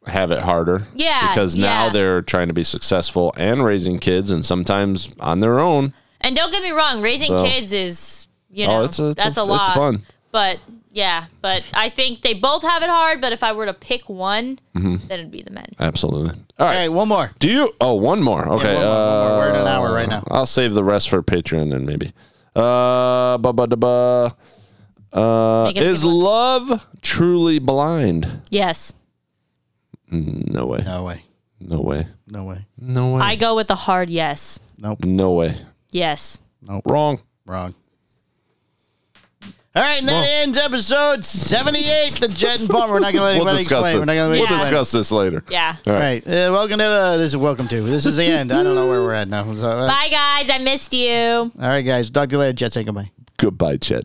have it harder.
Yeah,
Because now
yeah.
they're trying to be successful and raising kids and sometimes on their own.
And don't get me wrong, raising
So-
kids is you
Oh,
know
it's a- it's
that's
a-
a,
it's
lot.
fun.
but yeah, but I think they both have it hard. But if I were to pick one,
Mm-hmm.
then it'd be the men.
Absolutely. All
All
right.
right, one more.
Do you? Oh, one more. Okay.
one more, one more. We're in an
uh,
hour right now.
I'll save the rest for Patreon and maybe. Uh, ba ba da ba. Uh,
Make it a
is
good one.
love truly blind?
Yes,
No way.
No way.
No way.
No way.
No way.
I go with the hard yes.
Nope.
no way.
Yes.
Wrong.
Wrong. All right, and that ends episode 78. The Jet and Palmer. We're not going to let
We'll
anybody
discuss
explain.
this.
We're not going to let
We'll
anybody explain.
discuss this later.
Yeah.
All
All
right.
right. Uh, welcome to uh, this is welcome to. This is the end. I don't know where we're at now. So, uh,
Bye guys, I missed you.
all right, guys. Talk to you later. Jet, say goodbye.
Goodbye, Chet.